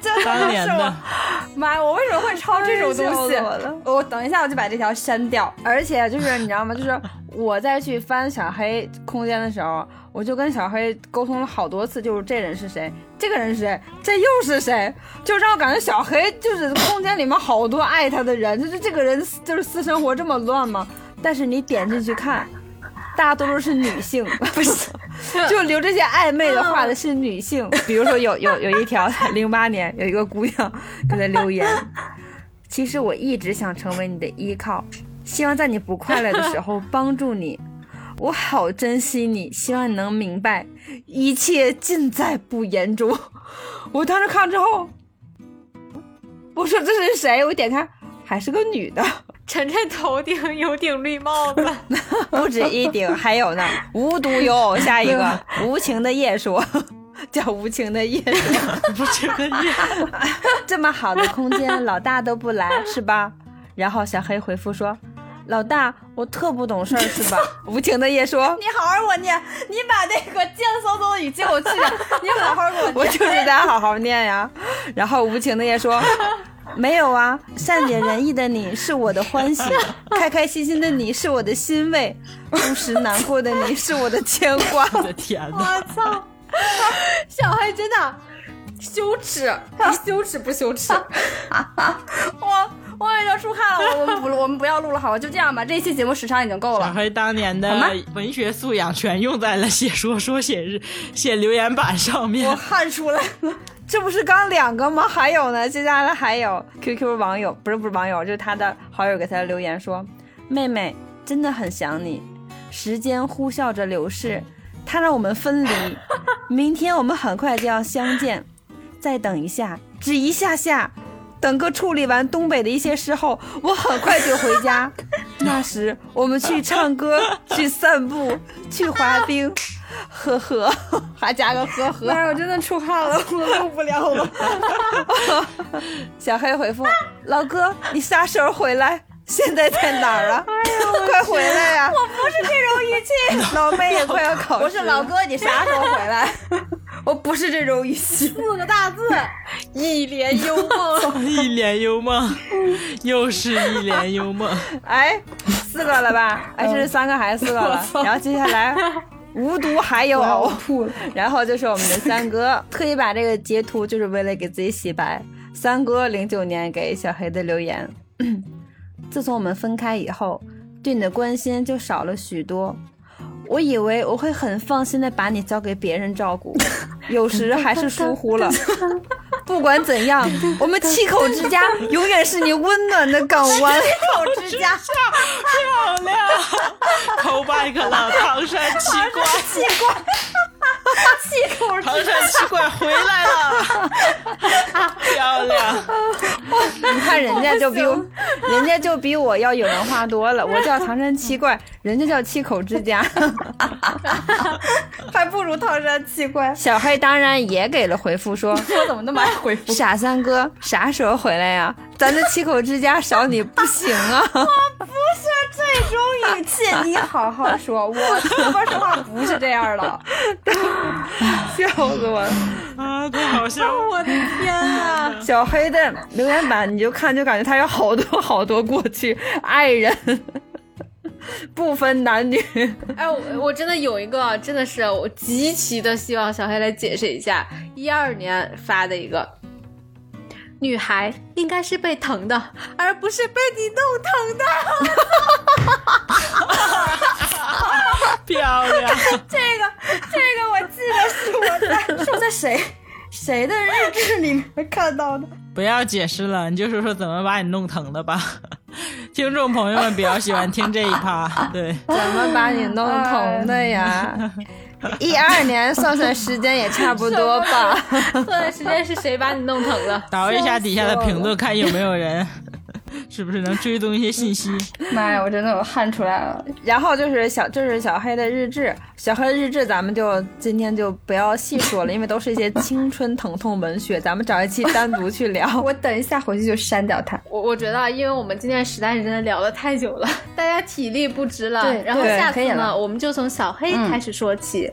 真
当
的
年
是
的
我，妈呀，我为什么会抄这种东西
哎笑死我了？
我等一下我就把这条删掉。
而且就是你知道吗？就是我再去翻小黑空间的时候，我就跟小黑沟通了好多次，就是这人是谁，这个人是谁，这又是谁，就让我感觉小黑就是空间里面好多爱他的人，就是这个人就是私生活这么乱吗？但是你点进去看，大多数是女性， 不是，就留这些暧昧的话的是女性。比如说有有有一条，零八年有一个姑娘给他留言，其实我一直想成为你的依靠，希望在你不快乐的时候帮助你。我好珍惜你，希望你能明白，一切尽在不言中。 我当时看之后，我说这是谁？我点开还是个女的，
晨晨头顶有顶绿帽子，
不止一顶，还有呢，无独有偶，下一个无情的叶说， 叫无情的叶说，
不是个夜
这么好的空间，老大都不来 是吧？然后小黑回复说，老大，我特不懂事儿是 吧？无情的叶说，
你好好给我念，你把那个贱嗖嗖的语气给我去 掉，你好好给我
我就是在好好念呀。然后无情的也说。 没有啊，善解人意的你是我的 欢喜，开开心心的你是我的欣慰，不时难过的你是我的牵挂。
我的天呐，
小黑真的羞耻， 你羞耻不羞耻？
我我已经出汗了，我我们不我们不要录了， 好吧？就这样吧，这一期节目时长已经够
小
了。
黑当年的文学素养全用在了写说 说写日写留言板上面。
汗出来了，
这不是刚两个吗？还有呢，接下来还有 QQ 网友，不是不是网友，就是他的好友给他留言说：“妹妹真的很想你，时间呼啸着流逝，它让我们分离，明天我们很快就要相见，再等一下，只一下下。”等哥处理完东北的一些事后，我很快就回家。那时我们去唱歌，去散步，去滑冰，呵呵，还加个呵呵。
哎，我真的出汗了， 我录不了 了。
小黑回复：“老哥，你啥时候回来？现在在哪儿啊？ 快回来呀、
哎我不是这种语气，
老妹也快要考试，
我是老哥，你啥时候回来？
我不是这种语气。
四个大字，
一脸幽默。
一脸幽 默，又是一脸幽默。
哎，四个了吧？哎，这是三个还是四个了？然后接下来。无独还有偶，然后就是我们的三哥，特意把这个截图就是为了给自己洗白。三哥零九年给小黑的留言： 自从我们分开以后，对你的关心就少了许多。我以为我会很放心的把你交给别人照顾，有时还是疏忽了。不管怎样，我们七口之家永远是你温暖的港湾。
口之家，
漂 亮，callback 了，唐山七怪，
气怪，气口
唐山七怪回来 了，漂亮，
你看人家就比我，人家就比我要有文化多了。我叫唐山七怪，人家叫七口之家。
啊
还不如唐山气怪。
小黑当然也给了回复 说
我怎么那么爱回 复：“
傻三哥，啥时候回来呀、咱的七口之家少你不行啊！
这种语气？你好好说，我他妈说话不是这样 的。
笑死我了！
啊，太好笑了。
我的天啊！
小黑的留言板，你就看就感觉他有好多 好多过去爱人，不分男女。
哎，我我真的有一个，啊真的是我极其的希望小黑来解释一下，一二年发的一个。女孩应该是被疼的，而不是被你弄疼的。
漂亮，
这个这个我记得是我在是我在谁谁的日志里面看到的。
不要解释了，你就说说怎么把你弄疼的吧。 听众朋友们比较喜欢听这一趴，对，
怎么把你弄疼的呀？哎 一二年算算时间也差不多吧。
这段时间是谁把你弄疼了？
倒一下底下的评论，看有没有人， 是不是能追踪一些信息？
妈呀，我真的我汗出来了。
然后就是小，这、是小黑的日志，小黑的日志咱们就今天就不要细说了，因为都是一些青春疼痛文学，咱们找一期单独去
哦
聊。
我等一下回去就删掉它。
我我觉得啊，因为我们今天实在是真的聊的太久了， 大家体力不支了。
对
然后
对
下次
可以
呢，
了
我们就从小黑开始说起，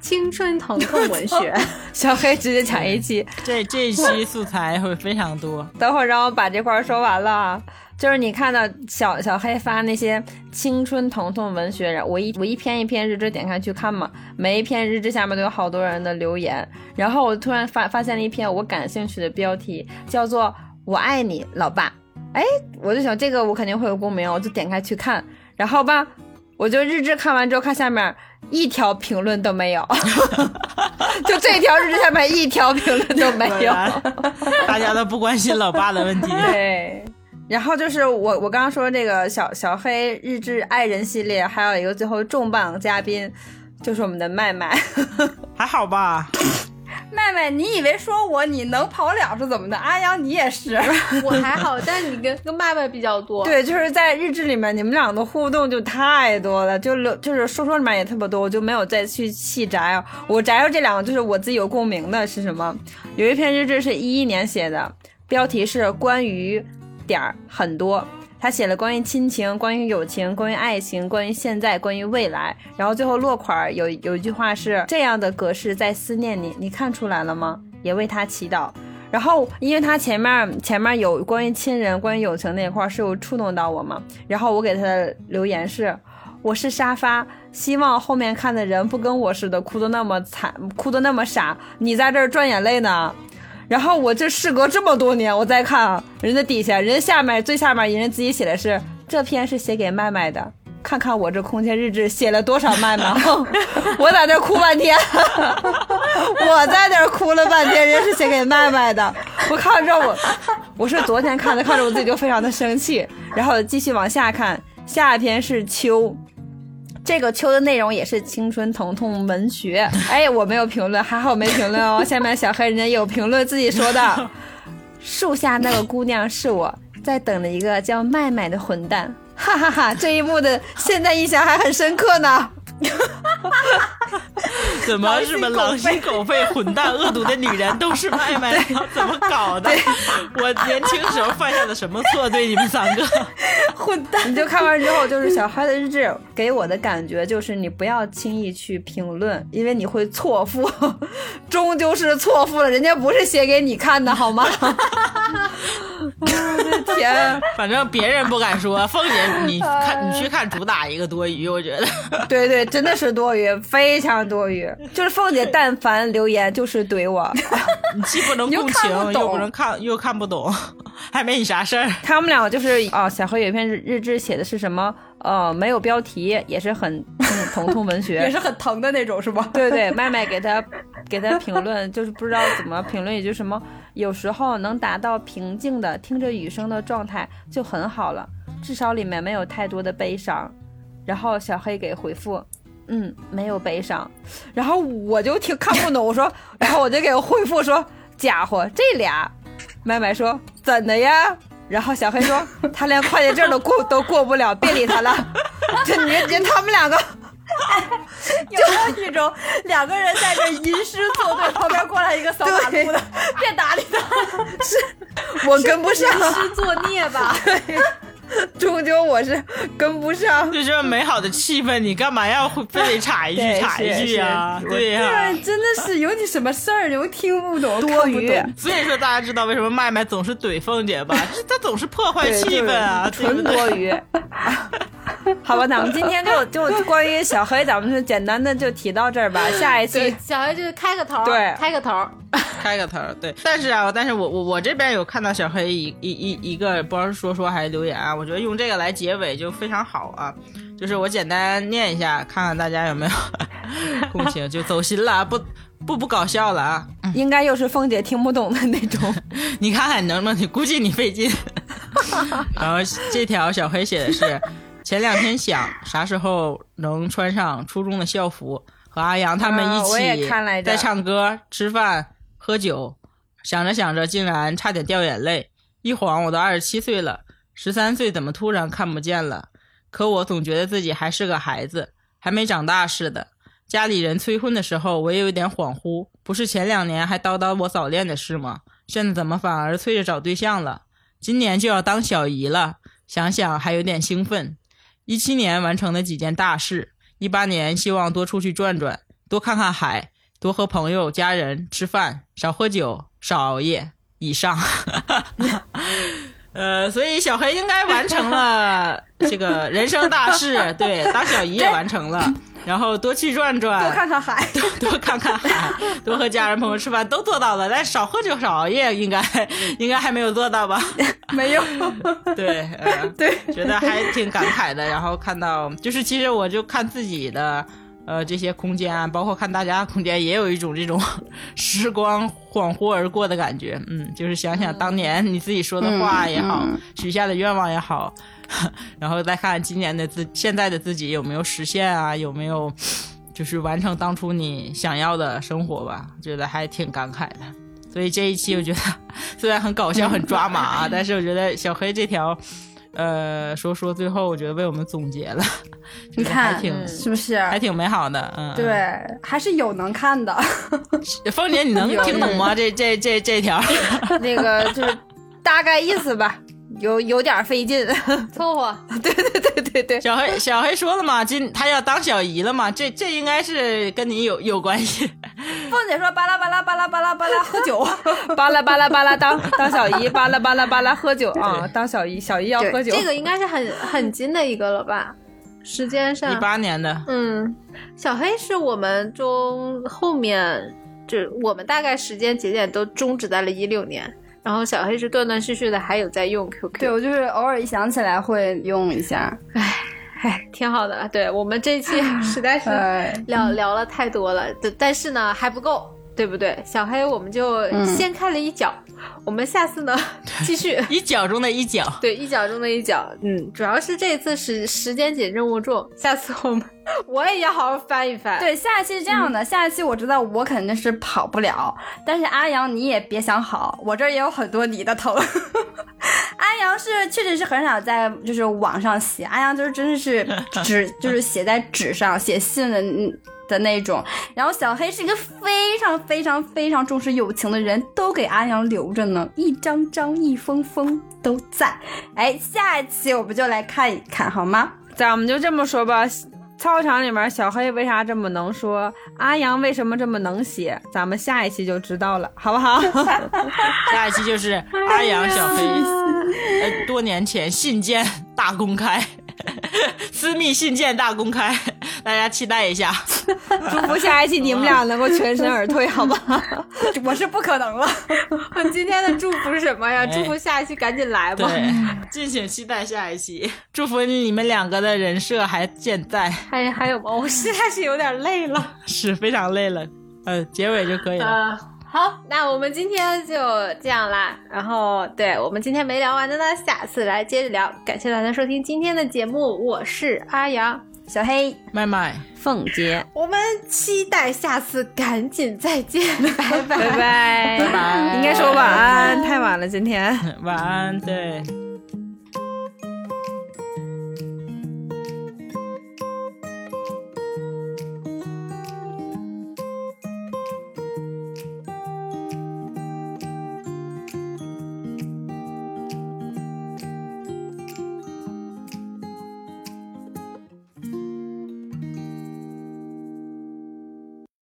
青春疼痛文 学。
小黑直接抢一期，
这这一期素材会非常多。
等会儿让我把这块儿说完了啊。就是你看到小小黑发那些青春疼痛文学，然后我一我一篇一篇日志点开去看嘛，每一篇日志下面都有好多人的留言，然后我突然发发现了一篇我感兴趣的标题，叫做“我爱你，老爸”。哎，我就想这个我肯定会有共鸣，我就点开去看，然后吧，我就日志看完之后看下面一条评论都没有， 就这条日志下面一条评论都没
果
有。
然，啊大家都不关心老爸的问题。
对。然后就是我，我刚刚说这个小小黑日志爱人系列，还有一个最后重磅嘉宾，就是我们的麦麦。
还好吧？
麦麦，你以为说我你能跑了是怎么的？阿阳你也是，
我还好，但是你跟跟麦麦比较多。
对，就是在日志里面，你们俩的互动就太多了，就留就是说说里面也特别多，我就没有再去细摘啊。我摘着这两个，就是我自己有共鸣的是什么？有一篇日志是一一年写的，标题是关于点儿很多。他写了关于亲情、关于友情、关于爱情、关于现在、关于未来，然后最后落款儿有有一句话是这样的格式在思念你，你看出来了吗？也为他祈祷。然后，因为他前面前面有关于亲人、关于友情那一块儿是有触动到我嘛，然后我给他的留言是：我是沙发，希望后面看的人不跟我似的哭得那么惨，哭得那么傻，你在这儿赚眼泪呢。然后我这事隔这么多年，我再看啊，人家底下，人家下面最下面人家自己写的是这篇是写给麦麦的，看看我这空间日志写了多少麦 麦，我在那哭半天， 我在那哭了半天，人家是写给麦麦的，我看着我，我是昨天看的，看着我自己就非常的生气，然后继续往下看，下一篇是秋。这个秋的内容也是青春疼痛文 学。哎，我没有评论，还好没评论哦。下面小黑人家有评论自己说的，树下那个姑娘是我在等着一 个叫麦麦的混蛋，哈哈哈这一幕的现在印象还很深刻呢。
怎么什么狼心狗肺、混蛋恶毒的女人都是麦麦吗？怎么搞的？我年轻时候犯下了什么错？对你们三个，
混蛋！
你就看完之后，就是小花的日志给我的感觉就是，你不要轻易去评论，因为你会错付， 终究是错付了。人家不是写给你看的，好 吗？哎我的天，啊
反正别人不敢说，凤姐你看你去看主打一个多余，我 觉得
对对，真的是多余，非常多余。就是凤姐，但凡留言就是怼我，
你既不能
你又
共
看不
情，又
懂
不能看，又看不懂，还没你啥事儿。
他们两个就是啊、小黑有一篇日日志写的是什么？呃，没有标题，也是很嗯疼痛文学，
也是很疼的那种，是 吧？
对对，麦麦给他给他评论，就是不知道怎么评论一句什么，有时候能达到平静的听着雨声的状态就很好了，至少里面没有太多的悲伤。然后小黑给回复。嗯，没有悲伤，然后我就听看不懂，我说， 然后我就给回复说，家伙，这俩，麦麦说怎的呀？然后小黑说他连快捷证都过 都过不了，别理他了。这你人他们两个
有没有一种两个人在这吟诗作 对，旁边过来一个扫马路的， 别搭理他，
我跟不上，
是作孽吧？
终究我是跟不上。
就这么美好的气氛，你干嘛要非得 插一句
对
插一
是
句
是
呀？
是
对呀。
真的是有你什么事儿，你又听不懂，
多余
看不懂
所以说，大家知道为什么麦麦总是怼凤姐吧？这她总是破坏气氛 啊，对不
纯
对？
多余。好吧，咱们今天就就关于小黑，咱们就简单的就提到这儿吧。下一
对
期，
小黑就是开个头，
对
开个头，
开个头儿，对。但是啊，但是我我我这边有看到小黑一一一一个，不知道是说说还是留言啊，我觉得用这个来结尾就非常好啊。就是我简单念一下，看看大家有没有 共情，就走心了啊，不不不搞笑了啊。
应该又是凤姐听不懂的那种。
你看看你能不能，你估计你费劲。 然后这条小黑写的是：前两天想啥时候能穿上初中的校服，和阿阳他们一
啊我也
起
看来着
在唱歌、吃饭、喝酒，想着想着竟然差点掉眼泪。一晃我都二十七岁了，十三岁怎么突然看不见了？可我总觉得自己还是个孩子，还没长大似的。家里人催婚的时候，我也有点恍惚，不是前两年还叨叨我早恋的事吗？现在怎么反而催着找对象了？今年就要当小姨了，想想还有点兴奋。一七年完成的几件大事，一八年希望多出去转转，多看看海，多和朋友、家人吃饭，少喝酒，少熬夜。以上， 呃，所以小黑应该完成了这个人生大事，对，当小姨也完成了，然后多去转转，
多 看看海，
多 多看看海，多和家人朋友吃饭都做到了，但少喝酒少熬夜应该应该还没有做到吧？
没有。
对， 呃、对，觉得还挺感慨的。然后看到就是其实我就看自己的。呃，这些空间啊，包括看大家的空间，也有一种这种 时光恍惚而过的感觉。嗯，就是想想当年
嗯
你自己说的话也好，许下的愿望也好， 然后再看今年的自现在的自己有没有实现啊，有没有就是完成当初你想要的生活吧，觉得还挺感慨的。所以这一期我觉得虽然很搞笑、很抓马啊，但是我觉得小黑这条，呃，说说最后我觉得为我们总结了，
你
觉得还
看嗯
挺、
是不是？
还挺美好的。嗯，
对，还是有能看的。
对，凤姐你能听懂吗？这这这这条，
那个就是大概意思吧，有有点费 劲。
凑 合。
对对对，
小黑小黑说了嘛，今他要当小姨了嘛，这这应该是跟你有有关系。
凤姐说：“巴拉巴拉巴拉巴拉巴拉，喝酒。
巴拉巴拉巴拉当当小姨，巴拉巴拉巴拉喝酒啊，当小姨，小姨要
对，
喝酒。
这个应该是很很近的一个了吧？时间上
一，八年的，
嗯，小黑是我们中后面，就我们大概时间节点都终止在了一六年，然后小黑是断断续续的还有在用”
对，
QQ，
我就是偶尔一想起来会用一下。
哎，挺好的。对我们这一期实在是
呃
哎，
聊聊了太多了，对，但是呢还不够。对不对？小黑，我们就先开了一脚，我们下次呢继续。
一角中的一角。
对，一脚中的一脚，嗯，主要是这次时时间紧任务重，下次我们 我也要好好翻一翻。，
对，下一期是这样的，下一期我知道我肯定是跑不 了，但是阿阳你也别想好，我这儿也有很多你的疼。阿阳
阳是确实是很少在就是网上写，阿阳就是真的是纸，就是写在纸上写信的嗯的那种。然后小黑是一个非常非常非常重视友情的人，都给阿阳留着呢，一张张一封封都在。哎，下一期我们就来看一看好吗？
咱们就这么说吧。操场里面小黑为啥这么能说？阿阳为什么这么能写？咱们下一期就知道了，好不好？
下一期就是阿阳、小
哎
黑，呃，多年前信件大公开，私密信件大公开，大家期待一下。
祝福下一期你们俩能够全身而退，好吧？
我是不 可能了。
今天的祝福是什么呀？啊祝福下一期赶紧来吧。
哎 对，敬请期待下一期。祝福你们两个的人设还健在，
还还有吗？我实在是有点累了。
是非常累了。呃，结尾就可以了。
呃，好，那我们今天就这样啦。然后，对我们今天没聊完的呢，下次来接着聊。感谢大家收听今天的节目，我是阿阳，
小黑，
麦麦，
凤姐，
我们期待下次，赶紧再见，拜拜
拜拜，
拜拜
应该说晚安，太晚了，今天。
晚安。对。